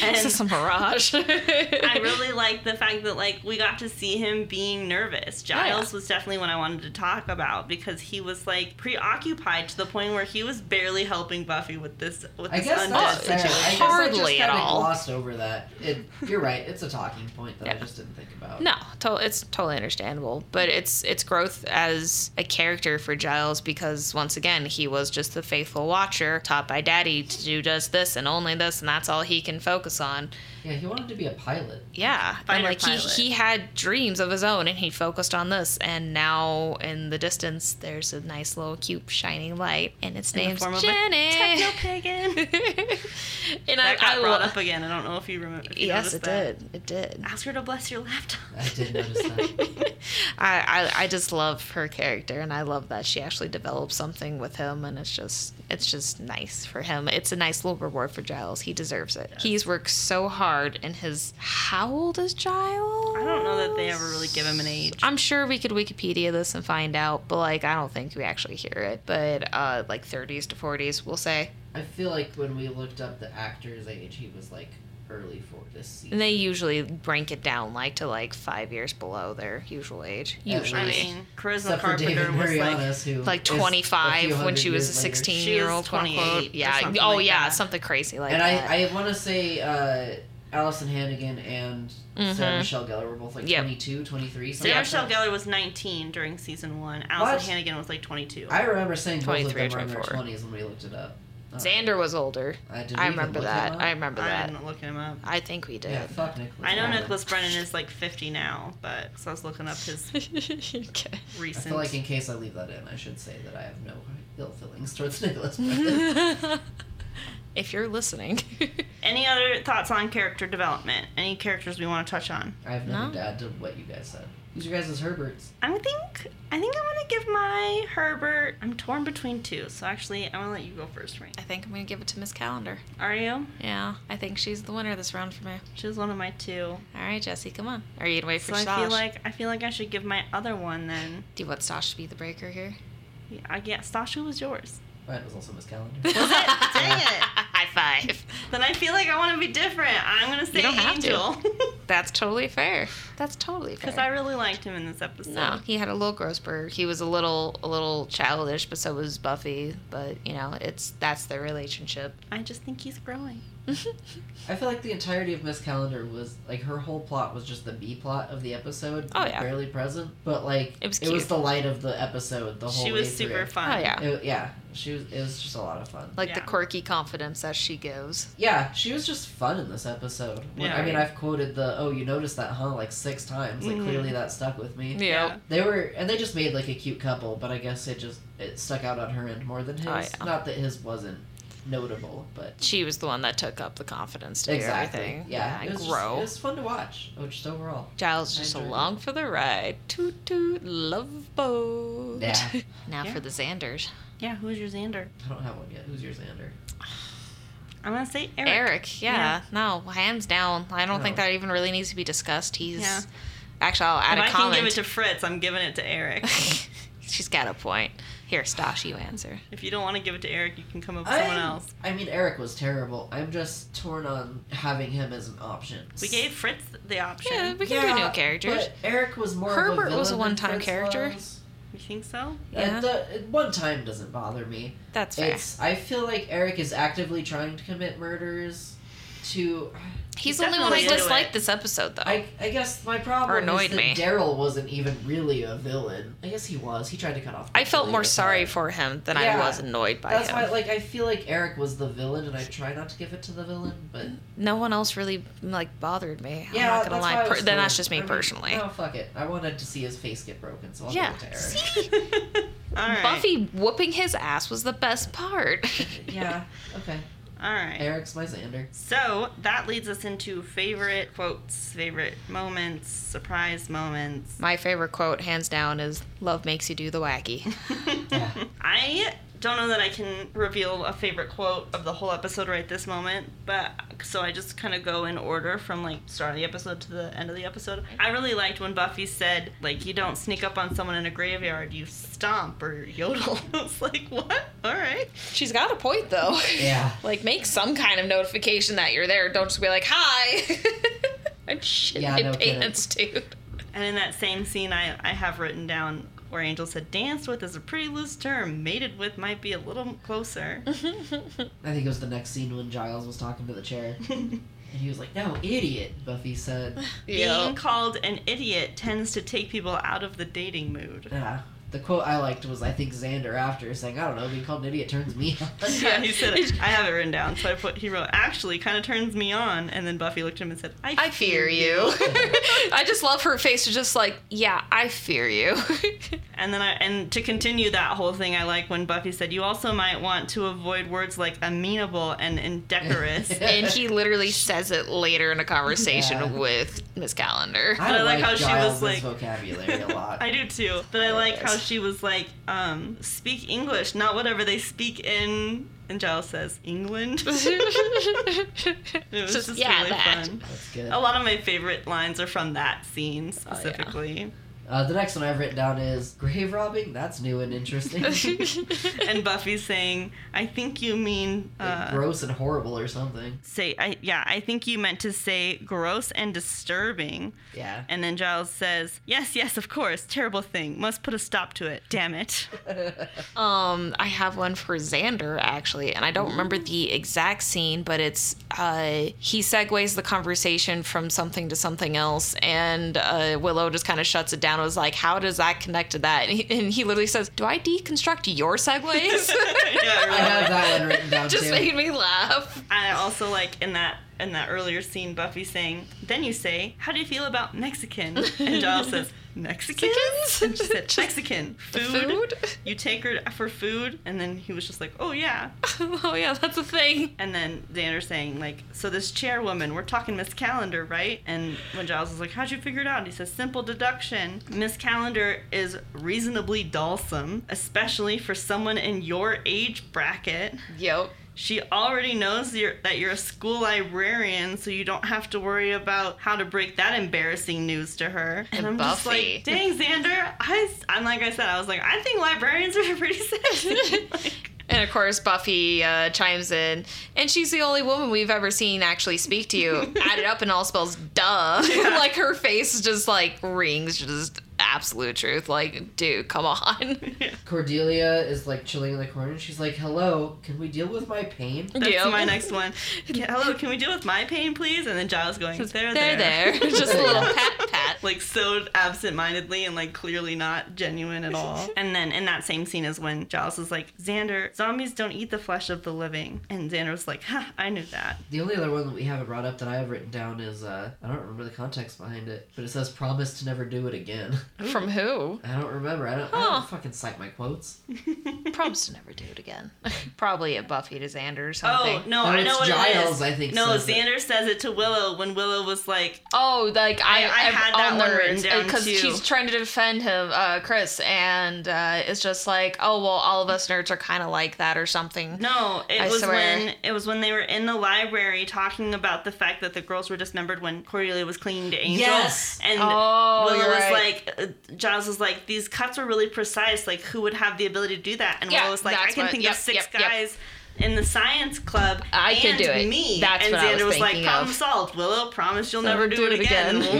this is a mirage. I really like the fact that like we got to see him being nervous. Oh, Giles was definitely one I wanted to talk about because he was like preoccupied to the point where he was barely helping Buffy with this with I this guess undead that's fair. situation. I guess I just Hardly at kinda all. glossed over that. It, you're right. It's a talking point that I Yeah. just didn't think about. No, to- it's totally understandable, but it's it's growth as a character for Giles because once again he was just the faithful watcher taught by Daddy to do just this and only this, and that's all he can focus on. Yeah, he wanted to be a pilot. Yeah, Fighter and like he pilot. he had dreams of his own, and he focused on this, and now in the distance there's a nice little cute shining light, and its in the name's form of a Jenny. techno-pagan. and I, That got Eh. I brought lo- up again. I don't know if you remember. If you Yes, noticed it that. did. It did. Ask her to bless your laptop. I did notice that. I, I I just love her character, and I love that she actually develops something with him, and it's just it's just nice for him. It's a nice little reward for Giles. He deserves it. He's worked so hard, and his how old is Giles? I don't know that they ever really give him an age. I'm sure we could Wikipedia this and find out, but like I don't think we actually hear it. But uh, like 30s to 40s, we'll say. I feel like when we looked up the actor's age, he was like early for this season. And they usually rank it down like to like five years below their usual age. Yeah, Usually, I Really? mean, Charisma Except for David Carpenter was like Boreanaz, who like is a 25 few when hundred she was a years later. 16 She year was old quote unquote 28 or yeah something oh like yeah that. something crazy like and that I, I want to say uh, Allison Hannigan and Sarah Mhm. Michelle Gellar were both like Yep. 22, 23. something Sarah like Michelle that. Gellar was 19 during season one. Allison What? Hannigan was like 22. I remember saying both of 23 or them were in their 24. 20s when we looked it up. Uh, xander was older I, did i we even remember look that him i up? remember I that didn't look him up. i think we did Yeah, fuck Nicholas. I know Brennan. Nicholas Brennan is like 50 now, but because I was looking up his Okay. I recent. feel like in case I leave that in, I should say that I have no ill feelings towards Nicholas Brennan. if you're listening. Any other thoughts on character development? Any characters we want to touch on? I have nothing No. to add to what you guys said. Who's your guys' is Herberts? I think I think I'm gonna give my Herbert. I'm torn between two, so actually I'm gonna let you go first, right? I think I'm gonna give it to Miss Calendar. Are you? Yeah, I think she's the winner this round for me. She's one of my two. All right, Jesse, come on. Are you gonna wait So for I Stosh? feel like I feel like I should give my other one then. Do you want Stosh to be the breaker here? Yeah, I guess Stasha was yours. Mine was also Miss Calendar. Was it? Dang it! High five. Then I feel like I want to be different. I'm gonna say don't have to. Angel That's totally fair. That's totally fair. because I really liked him in this episode. No, he had a little growth spurt. He was a little a little childish, but so was Buffy. But you know, it's that's their relationship. Oh, I just think he's growing. I feel like the entirety of Miss Calendar was like her whole plot was just the B plot of the episode. Oh, yeah. barely present, but like It was cute. the light of the episode. The whole She way was super through. fun. Oh yeah, It- yeah, she was. It was just a lot of fun. like the Yeah. quirky confidence that she gives. Yeah, she was just fun in this episode. When- Yeah. I mean, I've quoted the "Oh, you noticed that, huh?" like six times. Like Mm-hmm. Mhm. clearly that stuck with me. Yeah. They were, and they just made like a cute couple, but I guess it just it stuck out on her end more than his. Oh, yeah. Not that his wasn't notable, but she was the one that took up the confidence to exactly. do everything. Yeah, it and was just- grow. it was fun to watch. Oh, just overall. Giles is I just enjoyed it. along for the ride. Toot toot, love boat. Yeah. now Yeah. for the Xanders. Yeah. Who's your Xander? I don't have one yet. Who's yours, Xander? I'm gonna say Eric. Eric, yeah, no, hands down. I don't think No. that even really needs to be discussed. He's Yeah. actually, I'll add If a I can comment. give it to Fritz, I'm giving it to Eric. She's got a point. Here, Stosh, you answer. if you don't want to give it to Eric, you can come up with someone I'm- else. I mean, Eric was terrible. I'm just torn on having him as an option. We gave Fritz the option. Yeah, we can do new characters. But Eric was more. Herbert of a was a villain than one-time Fritz character. was. You think so? Yeah. Uh, the, one time doesn't bother me. That's fair. It's I feel like Eric is actively trying to commit murders. To He's the only one I definitely into disliked it. this episode, though. I, I guess my problem Or is annoyed that me. Daryl wasn't even really a villain. I guess he was. He tried to cut off. I felt Billy more with sorry that. for him than I Yeah. was annoyed by That's him. why, like, I feel like Eric was the villain, and I try not to give it to the villain, but no one else really like bothered me. yeah, I'm that's not gonna why I lie. Per- was then that's torn. just me I mean, personally. Oh fuck it! I wanted to see his face get broken, so I'll Yeah. give it to Eric. See? All right. Buffy whooping his ass was the best part. yeah. Okay. All right. Eric's my Xander. So that leads us into favorite quotes, favorite moments, surprise moments. My favorite quote, hands down, is "Love makes you do the wacky." Yeah. I don't know that I can reveal a favorite quote of the whole episode right this moment, but so I just kind of go in order from like start of the episode to the end of the episode. I really liked when Buffy said like you don't sneak up on someone in a graveyard, you stomp or yodel. I was like, what? All right. She's got a point though. Yeah. Like make some kind of notification that you're there. Don't just be like, "Hi." I'm shitting Yeah, my no kidding. pants, dude. And in that same scene, I, I have written down where Angel said, danced with is a pretty loose term. Mated with might be a little closer. I think it was the next scene when Giles was talking to the chair, and he was like, "No, idiot," Buffy said. Being called an idiot tends to take people out of the dating mood. Yeah. The quote I liked was, "I think Xander after saying, I don't know, being called an idiot turns me on." Yeah, he said, I have it written down. So I put, he wrote, actually kind of turns me on. And then Buffy looked at him and said, I, I fear you. I just love her face. She's just like, yeah, I fear you. And then I, and to continue that whole thing, I like when Buffy said, you also might want to avoid words like amenable and indecorous. but and he literally says it later in a conversation Yeah. with Miss Calendar. I, I like like how she Giles' was like- vocabulary a lot. I do too. But I like how she was like, um, speak English, not whatever they speak in. And Giles says, England. it was just, really fun. That's good. A lot of my favorite lines are from that scene specifically. Uh, the next one I've written down is grave robbing. That's new and interesting. Like, and Buffy saying, "I think you mean uh, gross and horrible or something. say, I, yeah, I think you meant to say gross and disturbing." Yeah. And then Giles says, "Yes, yes, of course, terrible thing. Must put a stop to it. Damn it." Um, I have one for Xander actually, and I don't remember the exact scene, but it's uh, he segues the conversation from something to something else, and uh, Willow just kind of shuts it down. and was like, how does that connect to that? And he, and he literally says, "Do I deconstruct your segues?" yeah, I really. have that one written down just too. made me laugh. I also like in that in that earlier scene, Buffy saying, "Then you say, how do you feel about Mexican?" And Giles says, Mexicans? And she said, Mexican. Food. food? You take her for food. And then he was just like, oh, yeah. oh yeah, that's a thing. And then Xander's saying, like, so this chairwoman, we're talking Miss Calendar, right? And when Giles is like, how'd you figure it out? And he says, simple deduction. Miss Calendar is reasonably dulcet, especially for someone in your age bracket. Yep. She already knows you're, that you're a school librarian, so you don't have to worry about how to break that embarrassing news to her. And, And I'm just Buffy. like, dang, Xander, I, am like I said, I was like, I think librarians are pretty sexy. like, And of course, Buffy uh, chimes in, and she's the only woman we've ever seen actually speak to you. Add it up, and all spells duh. like her face just like rings, just absolute truth. Like, dude, come on. Cordelia is like chilling in the corner and she's like, Hello, can we deal with my pain? that's Yeah. my next one. Can- hello, can we deal with my pain, please? And then Giles going, there, There, there. just a little pat, pat. like so absent-mindedly and like clearly not genuine at all. and then in that same scene is when Giles is like, Xander, zombies don't eat the flesh of the living. And Xander was like, ha, I knew that. The only other one that we haven't brought up that I have written down is uh, I don't remember the context behind it, but it says promise to never do it again. From who? I don't remember. I don't, I Huh. don't fucking cite my quotes. Promise to never do it again. Probably at Buffy to Xander or Oh something. no, No, I it's know what it Giles, is. I think, No, says it. Xander says it to Willow when Willow was like, Oh, like I, I- I had that one written down, because too. uh, she's trying to defend him, uh, Chris, and uh, it's just like, oh well, all of us nerds are kind of like that or something. "No, it I was swear. when it was when they were in the library talking about the fact that the girls were dismembered when Cordelia was clinging to Angel." Yes. and Oh, Willow you're was right. like, uh, Giles was like, "These cuts were really precise. Like, who would have the ability to do that?" And Yeah, Willow was like, "I that's can what- think yep, of six yep, yep. guys." In the science club, I and could do it. Me, That's and what I Xander was was like, thinking "Problem of. solved, Willow. Promise you'll never do, it again. and Yeah.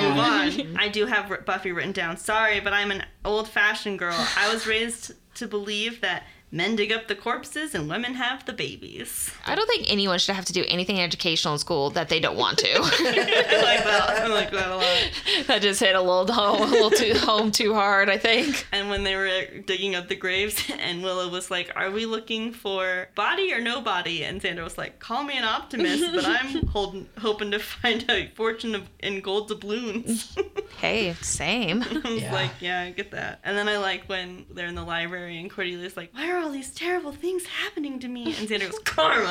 we'll move on." I do have Buffy written down. Sorry, but I'm an old-fashioned girl. I was raised to believe that men dig up the corpses and women have the babies. I don't think anyone should have to do anything educational in school that they don't want to. I like that. I like that a lot. that just hit a little home, a little too home too hard, I think. And when they were digging up the graves, and Willow was like, "Are we looking for body or no body?" And Xander was like, "Call me an optimist, but I'm holding, hoping to find a fortune of, in gold doubloons." Hey, same. I was Yeah. like, "Yeah, I get that." And then I like when they're in the library, and Cordelia's like, "Why are all these terrible things happening to me?" And Xander goes,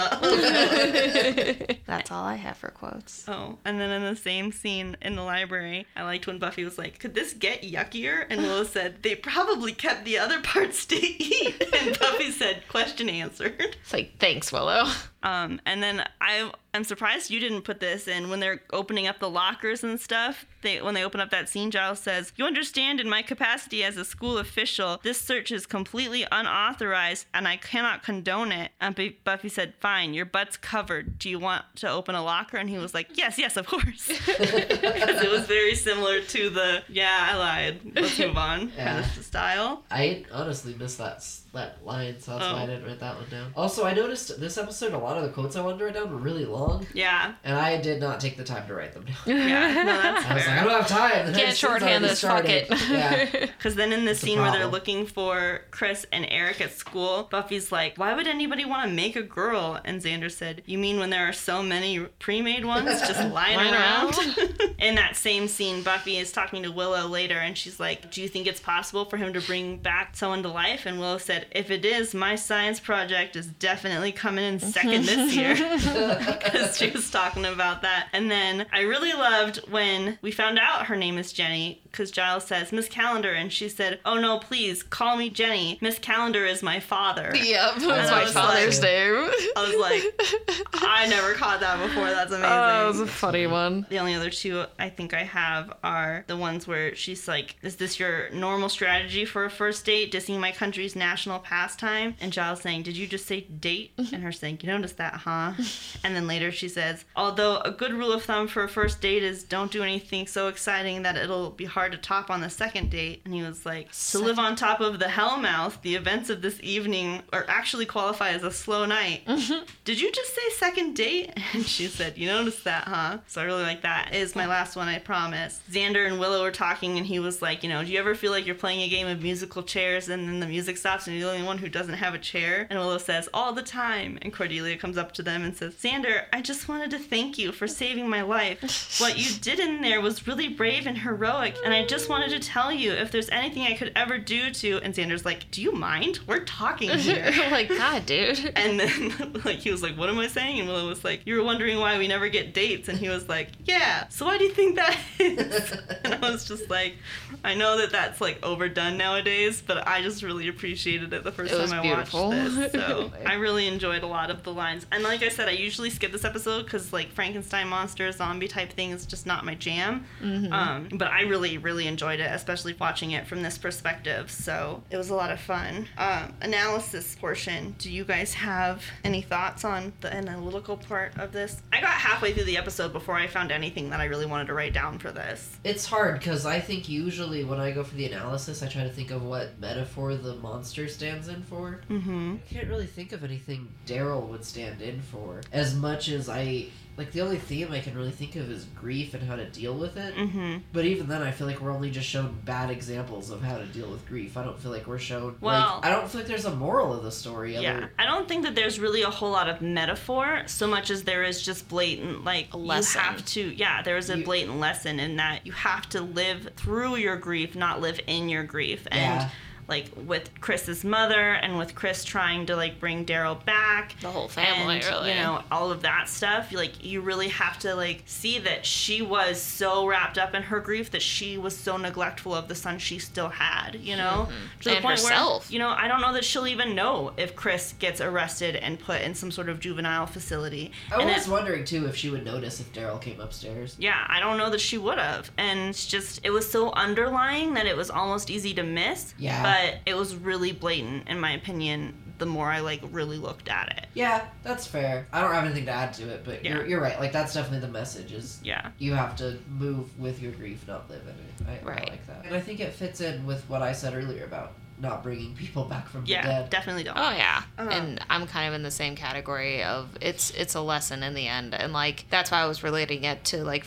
"Karma." That's all I have for quotes. Oh, and then in the same scene in the library, I liked when Buffy was like, "Could this get yuckier?" And Willow said, "They probably kept the other parts to eat." And Buffy said, "Question answered." It's like thanks, Willow. Um, and then I, I'm surprised you didn't put this in when they're opening up the lockers and stuff. They, when they open up that scene, Giles says, "You understand, in my capacity as a school official, this search is completely unauthorized, and I cannot condone it." And Bu- Buffy said, "Fine, your butt's covered. Do you want to open a locker?" And he was like, "Yes, yes, of course," because it was very similar to the "Yeah, I lied. Let's move on" kind Yeah. of style. I honestly missed that s- that line, so that's why I Oh. didn't write that one down. Also, I noticed this episode a lot of the quotes I wanted to write down were really long, Yeah, and I did not take the time to write them down. yeah, no, that's I was like, fair. I don't have time. The Can't next scene's shorthand already this. Fuck started. it. Yeah. Because then in the a scene where they're problem. looking for Chris and Eric at school, Buffy's like, Why would anybody want to make a girl? And Xander said, You mean when there are so many pre made ones just lying Lying around? around? in that same scene, Buffy is talking to Willow later and she's like, Do you think it's possible for him to bring back someone to life? And Willow said, If it is, my science project is definitely coming in second this year. because she was talking about that. And then I really loved when we found out her name is Jenny because Giles says Miss Calendar, and she said, "Oh no, please call me Jenny. Miss Calendar is my father." Yep, that's I my was father's like- name. I was like, I never caught that before. That's amazing. Oh, it was a funny one. The only other two I think I have are the ones where she's like, Is this your normal strategy for a first date? Dissing my country's national pastime? And Giles saying, Did you just say date? And her saying, You noticed that, huh? And then later she says, Although a good rule of thumb for a first date is don't do anything so exciting that it'll be hard to top on the second date. And he was like, To live on top of the hellmouth, the events of this evening are actually qualify as a slow night. Did you just say second date? And she said, You noticed that, huh? So I really like that. It is my last one, I promise. Xander and Willow were talking, and he was like, You know, do you ever feel like you're playing a game of musical chairs and then the music stops and you're the only one who doesn't have a chair? And Willow says, All the time. And Cordelia comes up to them and says, Xander, I just wanted to thank you for saving my life. What you did in there was really brave and heroic, and and I just wanted to tell you if there's anything I could ever do to. And Xander's like, Do you mind? We're talking here. like, God, dude. And then, like, he was like, "What am I saying?" And Willow was like, "You were wondering why we never get dates," and he was like, "Yeah." So why do you think that is? and I was just like, "I know that that's like overdone nowadays, but I just really appreciated it the first It time was I beautiful. watched this. So I really enjoyed a lot of the lines. And like I said, I usually skip this episode because like Frankenstein monster, zombie type thing is just not my jam. Um, but I really, really enjoyed it, especially watching it from this perspective. So it was a lot of fun. Um, analysis portion. Do you guys have any thoughts on the analytical part of this? I got halfway through the episode before I found anything that I really wanted to write down for this. It's hard because I think usually when I go for the analysis, I try to think of what metaphor the monster stands in for. Mm-hmm. I can't really think of anything Daryl would stand in for as much as I. Like, the only theme I can really think of is grief and how to deal with it. Mm-hmm. But even then, I feel like we're only just shown bad examples of how to deal with grief. I don't feel like we're shown. Well- like, I don't feel like there's a moral of the story. other- Yeah, I don't think that there's really a whole lot of metaphor so much as there is just blatant like lesson. You have to, yeah, there is a You- blatant lesson in that you have to live through your grief, not live in your grief. And Yeah. like with Chris's mother and with Chris trying to like bring Daryl back, The whole family, and, really. you know, all of that stuff. you, Like you really have to like see that she was so wrapped up in her grief that she was so neglectful of the son she still had. You know, Mm-hmm. to And herself. where you know I don't know that she'll even know if Chris gets arrested and put in some sort of juvenile facility. I and was it- wondering too if she would notice if Daryl came upstairs. yeah, I don't know that she would have. And it's just, it was so underlying that it was almost easy to miss. Yeah. But it was really blatant, in my opinion, the more I like really looked at it. Yeah, that's fair. I don't have anything to add to it, but Yeah. you're, you're right. Like that's definitely the message is Yeah. you have to move with your grief, not live in it. I, I Right. like that, and I think it fits in with what I said earlier about not bringing people back from Yeah, the dead. definitely don't. Oh yeah, Uh-huh. and I'm kind of in the same category of it's it's a lesson in the end, and like that's why I was relating it to like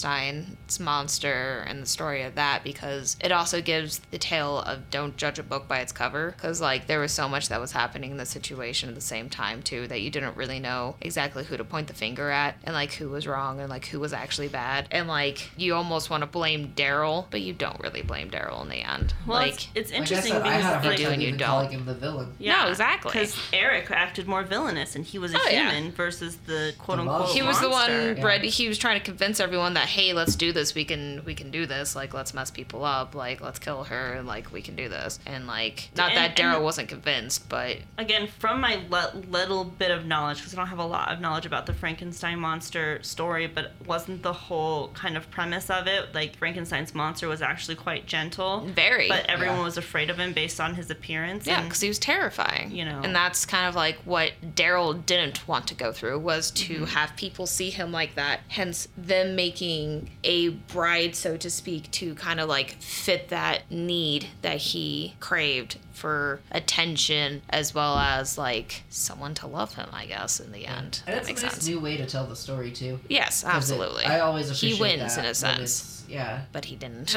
Frankenstein's monster and the story of that because it also gives the tale of don't judge a book by its cover because like there was so much that was happening in the situation at the same time too that you didn't really know exactly who to point the finger at and like who was wrong and like who was actually bad and like you almost want to blame Daryl but you don't really blame Daryl in the end well, like it's, it's Like I interesting said, I because had a it's hard like, do time and you even don't. calling him the villain. yeah, No, exactly. Because Eric acted more villainous, and he was a Oh, yeah. human versus the quote The unquote. Oh, monster. he was the one Yeah. bred he was trying to convince everyone that hey let's do this we can we can do this like let's mess people up like let's kill her like we can do this and like not And- that daryl and- wasn't convinced but again from my le- little bit of knowledge because i don't have a lot of knowledge about the frankenstein monster story but wasn't the whole kind of premise of it like frankenstein's monster was actually quite gentle Very, but everyone yeah. was afraid of him based on his appearance Mm-hmm. yeah and- because he was terrifying You know. and that's kind of like what daryl didn't want to go through was to Mm-hmm. have people see him like that hence them making a bride so to speak to kind of like fit that need that he craved for attention as well as like someone to love him i guess in the end And that it's makes a nice sense new way to tell the story too. 'cause Yes, it- absolutely. I always appreciate he wins that in when a sense, it's- Yeah, but he didn't.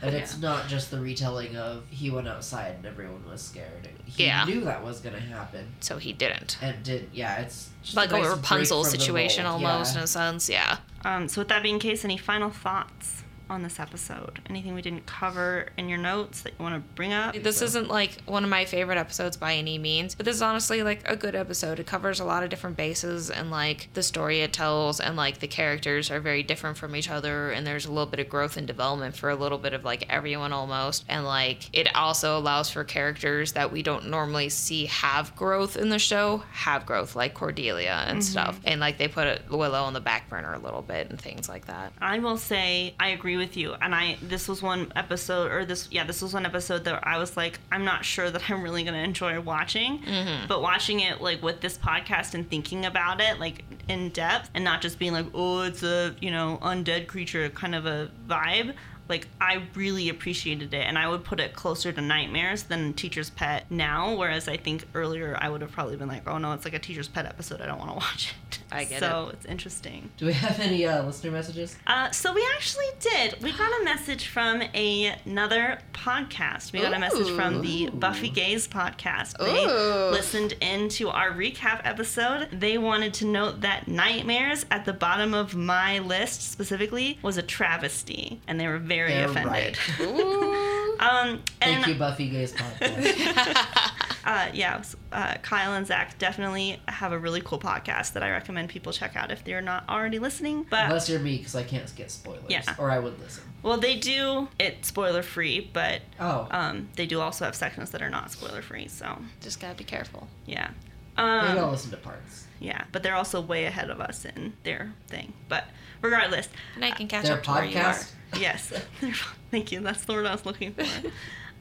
And it's not just the retelling of he went outside and everyone was scared. He Yeah. knew that was going to happen so he didn't. and did. Yeah, it's just Like nice a break Rapunzel from the situation mold. almost Yeah. in a sense. Yeah. um, so with that being case any final thoughts on this episode anything we didn't cover in your notes that you want to bring up This isn't like one of my favorite episodes by any means, but this is honestly like a good episode. It covers a lot of different bases and like the story it tells and like the characters are very different from each other and there's a little bit of growth and development for a little bit of like everyone almost. And like it also allows for characters that we don't normally see have growth in the show have growth, like Cordelia and stuff. And like they put Willow on the back burner a little bit and things like that. I will say I agree with you, and I this was one episode or this yeah this was one episode that I was like I'm not sure that I'm really gonna enjoy watching, Mm-hmm. but watching it like with this podcast and thinking about it like in depth and not just being like oh it's a you know undead creature kind of a vibe. Like I really appreciated it, and I would put it closer to Nightmares than Teacher's Pet now. Whereas I think earlier I would have probably been like, "Oh no, it's like a Teacher's Pet episode. I don't want to watch it." I get so it's interesting. Do we have any uh, listener messages? Uh, so we actually did. We got a message from a- another podcast. We got a message from the Buffy Gaze podcast. They Ooh. listened into our recap episode. They wanted to note that Nightmares at the bottom of my list specifically was a travesty, and they were very very They're offended. right. Um, and Thank you, Buffy Gays podcast. uh, yeah, s- uh, Kyle and Zach definitely have a really cool podcast that I recommend people check out if they're not already listening. But Unless you're me, because I can't get spoilers. Yeah. Or I would listen. well, they do it spoiler free, but Oh. um, they do also have sections that are not spoiler free. So Just gotta be careful. yeah. Maybe I'll Um, listen to parts. yeah, but they're also way ahead of us in their thing. But regardless, And I can catch Their up to where you are. podcast? yes. Thank you. That's the word I was looking for.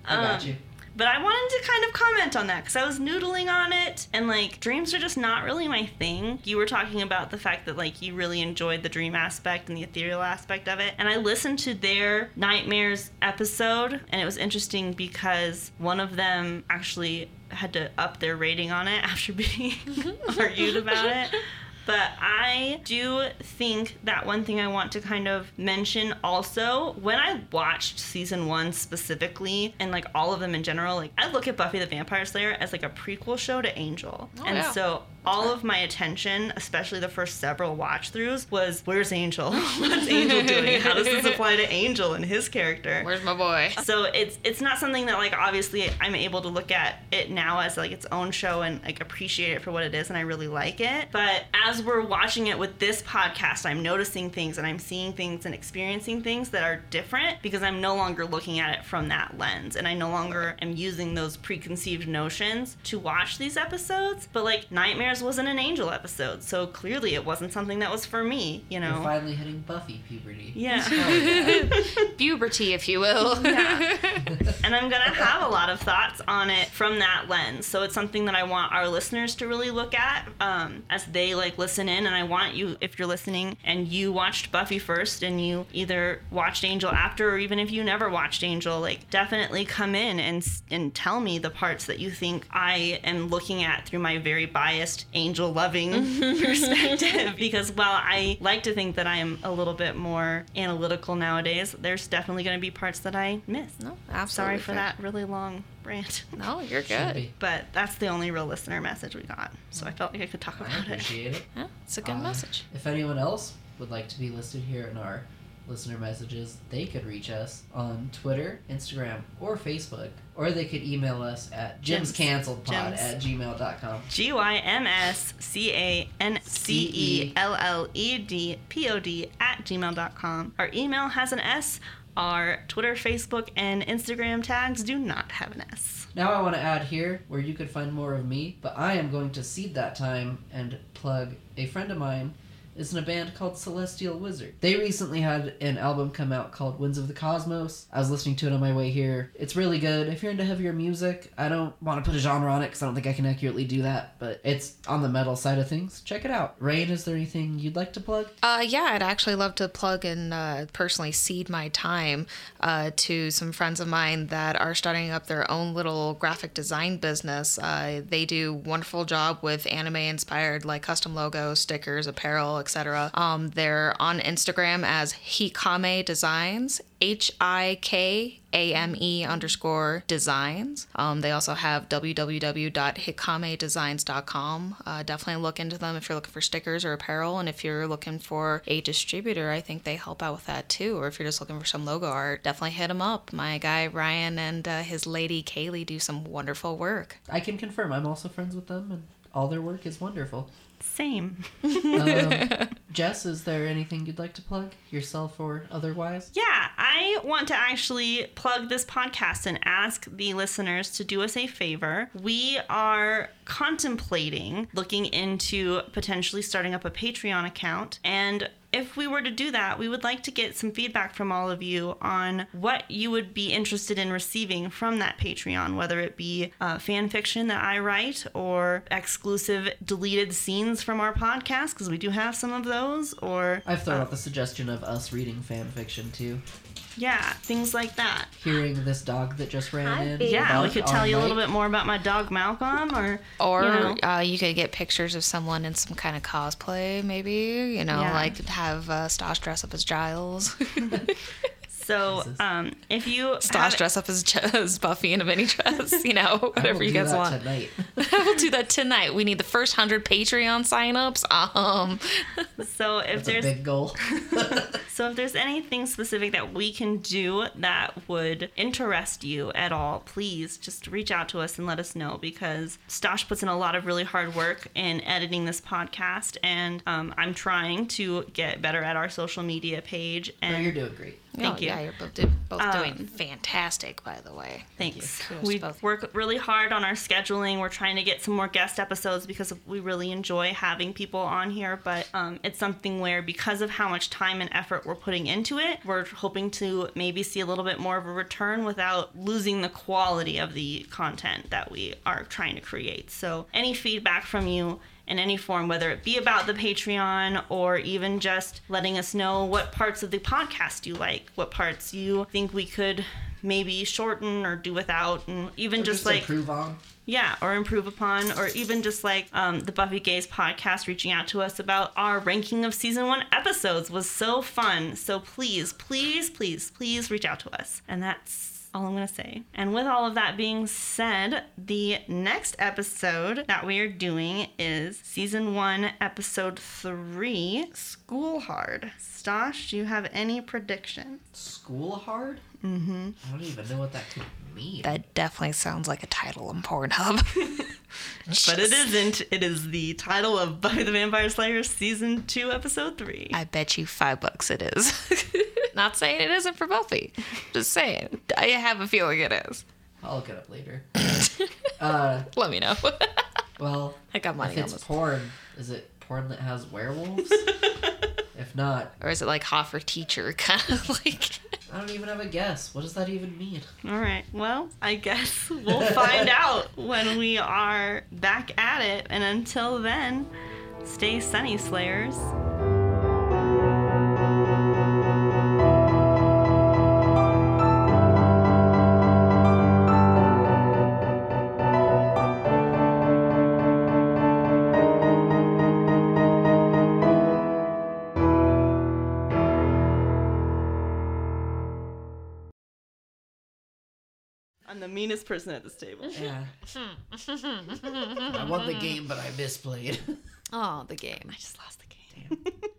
I got Um, you. But I wanted to kind of comment on that because I was noodling on it, and like dreams are just not really my thing. You were talking about the fact that like you really enjoyed the dream aspect and the ethereal aspect of it, and I listened to their nightmares episode, and it was interesting because one of them actually had to up their rating on it after being argued about it. But I do think that one thing I want to kind of mention also, when I watched season one specifically and like all of them in general, like I look at Buffy the Vampire Slayer as like a prequel show to Angel. and yeah. so all of my attention, especially the first several watch throughs, was where's Angel? What's Angel doing? How does this apply to Angel and his character? Where's my boy? so it's it's not something that like obviously I'm able to look at it now as like its own show and like appreciate it for what it is and I really like it. But as we're watching it with this podcast, I'm noticing things and I'm seeing things and experiencing things that are different because I'm no longer looking at it from that lens and I no longer am using those preconceived notions to watch these episodes. But like Nightmares wasn't an angel episode, so clearly it wasn't something that was for me, you You're know. finally hitting Buffy puberty. Yeah. Puberty, if you will. and I'm going to have a lot of thoughts on it from that lens. So it's something that I want our listeners to really look at um, as they like listen in. And I want you, if you're listening and you watched Buffy first and you either watched Angel after, or even if you never watched Angel, like definitely come in and s- and tell me the parts that you think I am looking at through my very biased angel loving perspective. Because while I like to think that I'm a little bit more analytical nowadays, there's definitely going to be parts that I miss. No, Sorry absolutely for fair. that really long rant. No, you're Should good. be. But that's the only real listener message we got. So I felt like I could talk I about it. appreciate it. Yeah, it's a good Uh, message. If anyone else would like to be listed here in our listener messages, they could reach us on Twitter, Instagram, or Facebook. Or they could email us at Gems. jimscanceledpod Gems. at gmail.com. G Y M S C A N C E L L E D P O D at gmail.com. Our email has an S. Our Twitter, Facebook, and Instagram tags do not have an S. Now I want to add here where you could find more of me, but I am going to cede that time and plug a friend of mine is in a band called Celestial Wizard. They recently had an album come out called Winds of the Cosmos. I was listening to it on my way here. It's really good. If you're into heavier music, I don't want to put a genre on it because I don't think I can accurately do that, but it's on the metal side of things. Check it out. Rain, is there anything you'd like to plug? Uh, yeah, I'd actually love to plug and uh, personally cede my time uh, to some friends of mine that are starting up their own little graphic design business. Uh, they do wonderful job with anime inspired like custom logos, stickers, apparel, etc. Um, they're on Instagram as Hikame Designs, H I K A M E underscore designs. Um, they also have www.hikamedesigns.com. Uh, definitely look into them if you're looking for stickers or apparel. And if you're looking for a distributor, I think they help out with that too. Or if you're just looking for some logo art, definitely hit them up. My guy Ryan and uh, his lady Kaylee do some wonderful work. I can confirm I'm also friends with them and all their work is wonderful. Same. Um, Jess, is there anything you'd like to plug, yourself or otherwise? Yeah, I want to actually plug this podcast and ask the listeners to do us a favor. We are contemplating looking into potentially starting up a Patreon account and if we were to do that, we would like to get some feedback from all of you on what you would be interested in receiving from that Patreon, whether it be uh, fan fiction that I write or exclusive deleted scenes from our podcast, because we do have some of those, or I've thrown out Oh. the suggestion of us reading fan fiction too. yeah, things like that. Hearing this dog that just ran in. Yeah, we bark could all tell you a night. little bit more about my dog Malcolm, or Or you know, uh, you could get pictures of someone in some kind of cosplay, maybe. You know, Yeah. like have uh, Stosh dress up as Giles, so. Um, if you Stosh have, dress up as, as Buffy in a mini dress. You know, I will whatever you do guys that want. tonight. I will do that tonight. We need the first hundred Patreon signups. Um, So if That's a there's big goal. So if there's anything specific that we can do that would interest you at all, please just reach out to us and let us know because Stosh puts in a lot of really hard work in editing this podcast, and um, I'm trying to get better at our social media page. No, And you're doing great. Thank oh, you. Yeah, you're both, do- both doing fantastic, by the way. Thanks. Kudos to We both. work really hard on our scheduling. We're trying to get some more guest episodes because we really enjoy having people on here. But um, it's something where, because of how much time and effort we're putting into it, we're hoping to maybe see a little bit more of a return without losing the quality of the content that we are trying to create. So, any feedback from you in any form, whether it be about the Patreon or even just letting us know what parts of the podcast you like, what parts you think we could maybe shorten or do without, and even just, like, improve on. yeah, or improve upon, or even just like um, the Buffy Gaze podcast reaching out to us about our ranking of season one episodes was so fun. So please, please, please, please reach out to us. And that's. All I'm going to say. And with all of that being said, the next episode that we are doing is season one, episode three School Hard. Stosh, do you have any predictions? School hard? Mm-hmm. I don't even know what that could mean. That definitely sounds like a title on Pornhub. But it isn't. It is the title of Buffy the Vampire Slayer season two, episode three. I bet you five bucks it is. Not saying it isn't for Buffy. Just saying. I have a feeling it is. I'll look it up later. uh, Let me know. well, I got money if on it's this. porn, is it porn that has werewolves? if not, Or is it like Hoffer teacher kind of like I don't even have a guess. What does that even mean? All right. Well, I guess we'll find out when we are back at it. And until then, stay sunny, Slayers. I'm the meanest person at this table. Yeah. I won the game, but I misplayed. Oh, the game. Just lost the game. Damn.